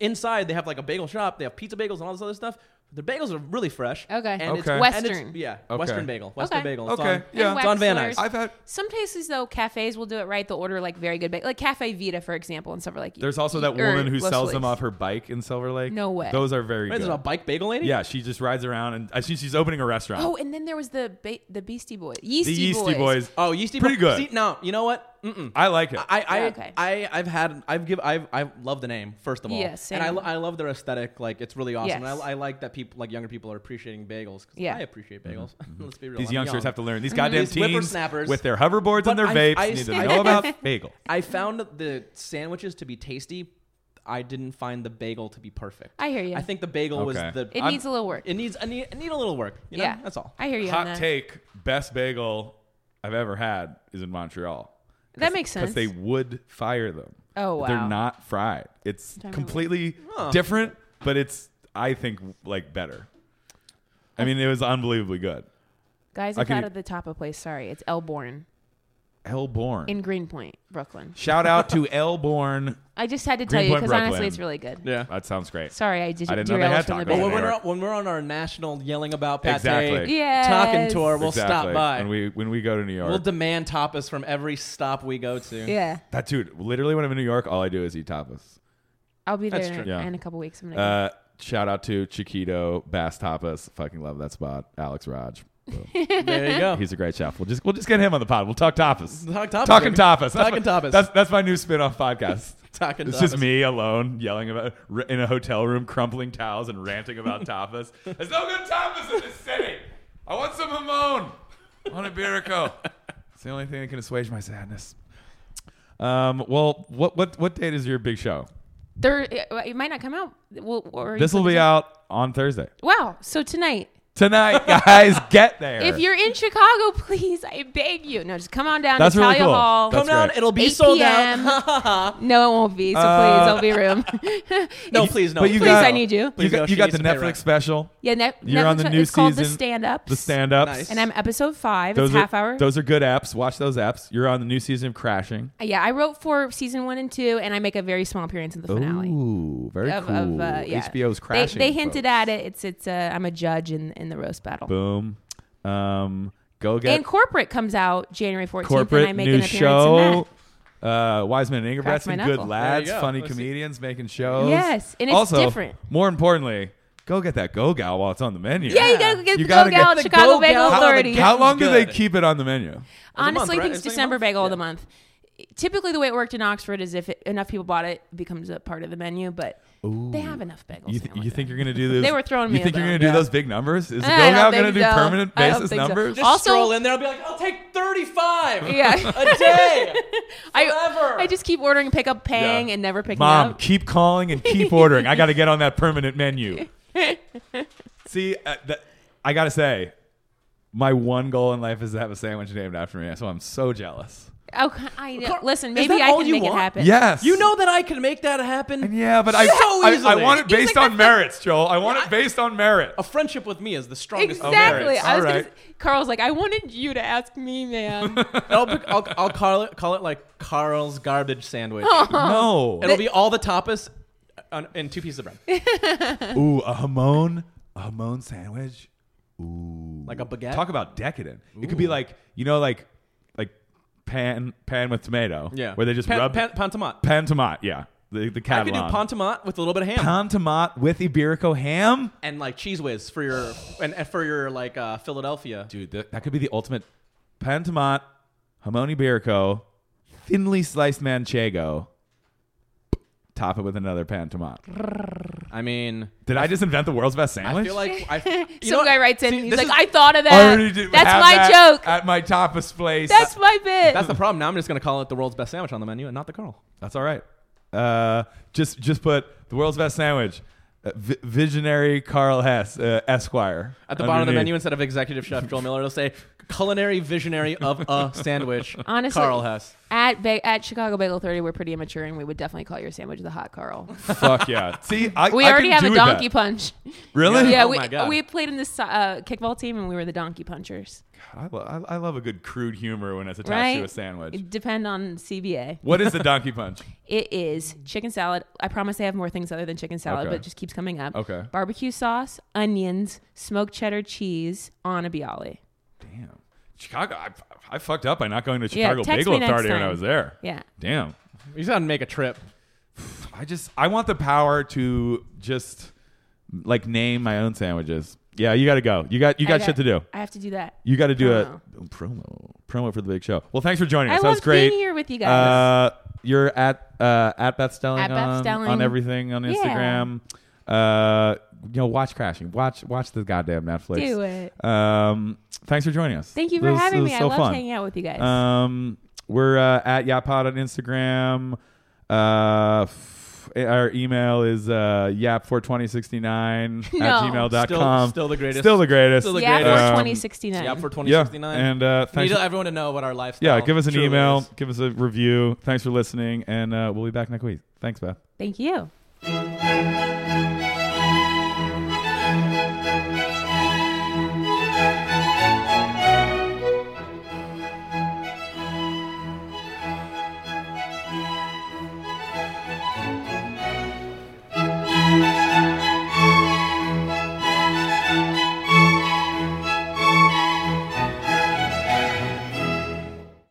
B: inside, they have like a bagel shop. They have pizza bagels and all this other stuff. Their bagels are really fresh.
C: Okay.
B: And it's-
A: Okay.
B: and it's-
C: Western.
B: yeah.
A: Okay.
B: Western bagel. Western
C: Okay.
B: bagel. It's
A: Okay.
B: on-
A: Yeah.
B: It's on Van
C: Wexler's.
B: Nuys.
A: I've had.
C: Some places though, cafes will do it right. They'll order like very good bagel, like Cafe Vita, for example, and stuff like. er,
A: There's also that
C: or
A: woman who
C: Los
A: sells them
C: Feliz.
A: off her bike in Silver Lake.
C: No way.
A: Those are very
B: Wait, Is
A: good.
B: it a bike bagel lady?
A: yeah, she just rides around, and I see she's opening a restaurant.
C: Oh, and then there was the ba- the Beastie Boys, Yeasty,
A: the Yeasty Boys.
B: Oh, yeasty.
A: Pretty good.
B: See, no, you know what? Mm-mm.
A: I like it.
B: I, I,
C: Yeah, okay.
B: I, I've had, I've give, I've, I love the name first of all.
C: Yeah,
B: and I,
C: same.
B: lo- I love their aesthetic. Like it's really awesome. And
C: Yes.
B: I, I like that people, like younger people, are appreciating bagels. 'cause
C: Yeah.
B: I appreciate bagels. Let's be real.
A: Mm-hmm. These
B: I'm
A: youngsters
B: young.
A: have to learn.
C: Mm-hmm.
A: These goddamn
B: These
A: teens
B: whippersnappers.
A: with their hoverboards and
B: But
A: their
B: I-
A: vapes
B: I-
A: need to
B: I-
A: know about bagel.
B: I found the sandwiches to be tasty. I didn't find the bagel to be perfect.
C: I hear you.
B: I think the bagel was
A: Okay.
B: the.
C: It
A: I'm-
C: needs a little work.
B: It needs. I need. I need a little work. You know?
C: yeah,
B: That's all.
C: I hear you. on
A: Hot
C: that.
A: take: best bagel I've ever had is in Montreal.
C: That makes sense.
A: because they would fire them.
C: Oh,
A: But they're
C: wow.
A: not fried. It's
C: Don't remember.
A: completely
B: Huh.
A: different, but it's I think like better. I mean, it was unbelievably good.
C: Guys,
A: I
C: it's
A: can-
C: out of the top of place. Sorry, it's Elborn
A: Elborn.
C: in Greenpoint, Brooklyn.
A: Shout out to Elborn.
C: I just had to tell you
A: Greenpoint,
C: because honestly,
A: Brooklyn.
C: it's really good.
B: Yeah.
A: That sounds great.
C: Sorry, I did
A: I didn't know they
C: derail
A: had
C: from the
A: tacos.
B: But
A: Well,
B: when
C: bagel.
B: we're,
A: Network.
B: when we're on our national yelling about pate
A: Exactly.
C: Yes.
B: talking tour, we'll
A: exactly.
B: stop by.
A: When we when we go to New York.
B: We'll demand tapas from every stop we go to.
C: Yeah,
A: that dude, literally when I'm in New York, all I do is eat tapas.
C: I'll be
B: That's
C: there
B: true.
A: Yeah.
C: in a couple weeks. I'm gonna. go.
A: Uh, shout out to Chiquito Bass Tapas. Fucking love that spot. Alex Raj. Boom.
B: There you go.
A: He's a great chef. We'll just we'll just get him on the pod. We'll talk tapas.
B: Talk tapas,
A: Talking
B: Oh, baby.
A: tapas. That's
B: Talking
A: my-
B: tapas.
A: That's that's my new spin-off podcast.
B: Talking
A: It's
B: tapas.
A: just me alone yelling about r- in a hotel room, crumpling towels and ranting about tapas. There's no good tapas in this city. I want some Hamon. I want a Iberico. It's the only thing that can assuage my sadness. Um, well, what what what date is your big show?
C: there, it might not come out. Well, or
A: This will be out on Thursday
C: Wow. So tonight,
A: tonight, guys. Get there.
C: if you're in Chicago, please, I beg you. No, just come on down
A: That's
C: to
A: really
C: Talia
A: cool.
C: Hall.
A: That's
B: Come down.
A: great.
B: It'll be
C: 8
B: sold
C: p.m.
B: out.
C: No, it won't be. So
A: Uh,
C: please, there'll be room.
B: no, please, no.
A: but you
C: Please,
A: got-
C: I need you.
A: you
B: Please go.
A: got, you
B: She
A: got
B: needs
A: the
B: to pay
A: Netflix
B: rent.
A: special,
C: Yeah, ne-
A: You're on
C: Netflix-
A: the new
C: it's called The
A: season,
C: Stand Ups.
A: the stand-ups.
B: Nice.
C: and I'm episode five.
A: Those
C: it's
A: are,
C: half hour.
A: Those are good apps. Watch those apps. You're on the new season of Crashing.
C: yeah, I wrote for season one and two, and I make a very small appearance in the finale.
A: Ooh, very
C: Of,
A: cool.
C: of, uh, yeah.
A: HBO's
C: They-
A: Crashing.
C: They, hinted
A: folks.
C: at it. It's it's. Uh, I'm a judge in in the roast battle.
A: Boom. Um, go get
C: And corporate comes out January 14th, and I
A: corporate
C: make
A: new
C: an appearance in
A: show.
C: that.
A: Uh, Wiseman and
C: Crack my
A: Ingebrigtsen, good
C: knuckle.
A: lads,
B: There you go.
A: funny
B: Let's see.
A: comedians making shows.
C: Yes, and it's
A: also,
C: different.
A: More importantly, go get that Go Gal while it's on the menu.
C: Yeah, you gotta get
A: You
C: the
A: gotta
C: Go Gal
A: get-
C: at
B: The
C: Chicago
B: Go
C: Bagel
B: Gal on the
C: Authority.
B: Gal-
A: How long do they
B: Good.
A: keep it on the menu?
B: a month,
C: Honestly, I
B: right?
C: think it's
B: It's like a
C: December
B: month?
C: Bagel of
B: Yeah.
C: the month. Typically, the way it worked in Oxford is if it, enough people bought it, it becomes a part of the menu. But they have enough bagels.
A: You,
C: now,
A: th-
C: I
A: you think you're gonna do those?
C: They were throwing me
A: You think
C: a
A: you're
C: bone.
A: gonna do
B: Yeah.
A: those big numbers? Is the
C: I
A: Go
C: don't
A: Gal gonna
C: think
A: do
C: so.
A: permanent
C: I don't
A: basis
C: think so.
A: numbers?
B: Just
C: Also-
B: stroll in there. I'll be like, I'll take 35
C: Yeah.
B: a day.
C: I,
B: Forever.
C: I just keep ordering pick up paying
A: Yeah.
C: and never picking
A: Mom,
C: up.
A: keep calling and keep ordering. I got to get on that permanent menu. See, uh, th- I got to say, my one goal in life is to have a sandwich named after me. So I'm so jealous.
C: Okay, I know.
B: Car-
C: Listen,
B: is
C: maybe
B: that
C: I
B: all
C: can
B: you
C: make it
B: want?
C: happen.
A: Yes.
B: You know that I can make that happen.
A: And yeah, but I,
B: So
A: I, I
B: easily.
A: want it
C: He's
A: based
C: like,
A: on merits, Joel. I want
B: Yeah,
A: it
B: I-
A: based on merit.
B: A friendship with me is the strongest. of
C: Exactly.
A: merits.
C: I was
A: All
C: gonna
A: right.
C: s- Carl's like, I wanted you to ask me, man.
B: I'll, pick- I'll, I'll call it call it like Carl's garbage sandwich.
C: Oh.
A: No.
B: It'll be all the tapas on, and two pieces of bread,
A: Ooh, a hamon, a hamon sandwich. Ooh.
B: like a baguette.
A: Talk about decadent. It could be like, you know, like like pan pan with tomato.
B: yeah,
A: Where they just
B: pan,
A: rub
B: pan,
A: pan,
B: pan tomat.
A: tomat, yeah. The the
B: I could do
A: Catalan.
B: pan tomat with a little bit of ham
A: pan tomat with Iberico ham.
B: and like cheese whiz for your and, and for your like uh, Philadelphia.
A: Dude, that, that could be the ultimate pan tomat, hamon Iberico, thinly sliced manchego. Top it with another pan tomat.
B: I mean,
A: Did I just invent the world's best sandwich?
B: I feel like I, you know
C: Some
B: what?
C: guy writes in
B: See,
C: and he's
B: this is-
C: like, I thought of
A: I
C: that.
A: already did
C: That's
A: have
C: my
A: that Uh,
C: joke.
A: at my tapas place.
C: That's my bit.
B: That's the problem. Now I'm just gonna call it the world's best sandwich on the menu and not the Carl.
A: That's all right. Uh, just just put the world's best sandwich, uh, vi- visionary Carl Hess uh, Esquire
B: At the bottom of the menu,
A: underneath.
B: instead of executive chef Joel Miller, it'll say culinary visionary of a sandwich.
C: Honestly,
B: Carl Hess.
C: At ba- at Chicago Bagel 30, we're pretty immature, and we would definitely call your sandwich the hot Carl.
A: Fuck yeah! See, I,
C: We
A: I
C: already
A: can
C: have a
A: do that.
C: donkey punch.
A: Really?
C: Yeah,
B: Oh
C: we
B: my God.
C: we played in this uh, kickball team, and we were the donkey punchers.
A: I, lo- I- I love a good crude humor when it's attached
C: Right?
A: to a sandwich.
C: It depend on CBA.
A: What is the donkey punch?
C: It is chicken salad. I promise I have more things other than chicken salad,
A: Okay.
C: but it just keeps coming up.
A: Okay.
C: Barbecue sauce, onions, smoked cheddar cheese on a bialy.
A: Damn, Chicago! I, I fucked up by not going to
C: Yeah,
A: Chicago
C: text
A: Bagel
C: me next
A: Authority when I
C: time.
A: was there.
C: Yeah.
A: Damn,
B: You just gotta make a trip.
A: I just I want the power to just like name my own sandwiches. Yeah, you got to go. You got you
C: I
A: got shit to do.
C: I have to do that.
A: You got to do
C: Promo.
A: a promo promo for the big show. Well, thanks for joining
C: I
A: us. that was
C: love
A: great.
C: being here with you guys.
A: Uh, you're at uh, at Beth Stelling,
C: At Beth
A: on,
C: Stelling.
A: on everything on
C: Yeah.
A: Instagram. Uh, you know, watch Crashing. Watch watch the goddamn Netflix.
C: do it.
A: Um, thanks for joining us.
C: Thank you
A: It
C: for
A: was- it
C: having
A: was
C: me.
A: So
C: I love
A: fun.
C: hanging out with you guys.
A: Um, we're uh, at Yapod on Instagram. Uh, f- our email is uh, yap42069 at
C: No.
A: gmail.com.
B: Still, still the greatest.
A: Still the greatest.
B: Still the
C: yeah,
B: greatest.
C: for
A: Um,
C: 2069.
B: Yeah, for
A: yeah.
B: 2069.
A: And uh,
B: We
A: thanks.
B: need everyone to know what our lifestyle.
A: yeah, give us an
B: truly
A: email,
B: is.
A: give us a review. Thanks for listening, and uh, we'll be back next week. Thanks, Beth.
C: Thank you.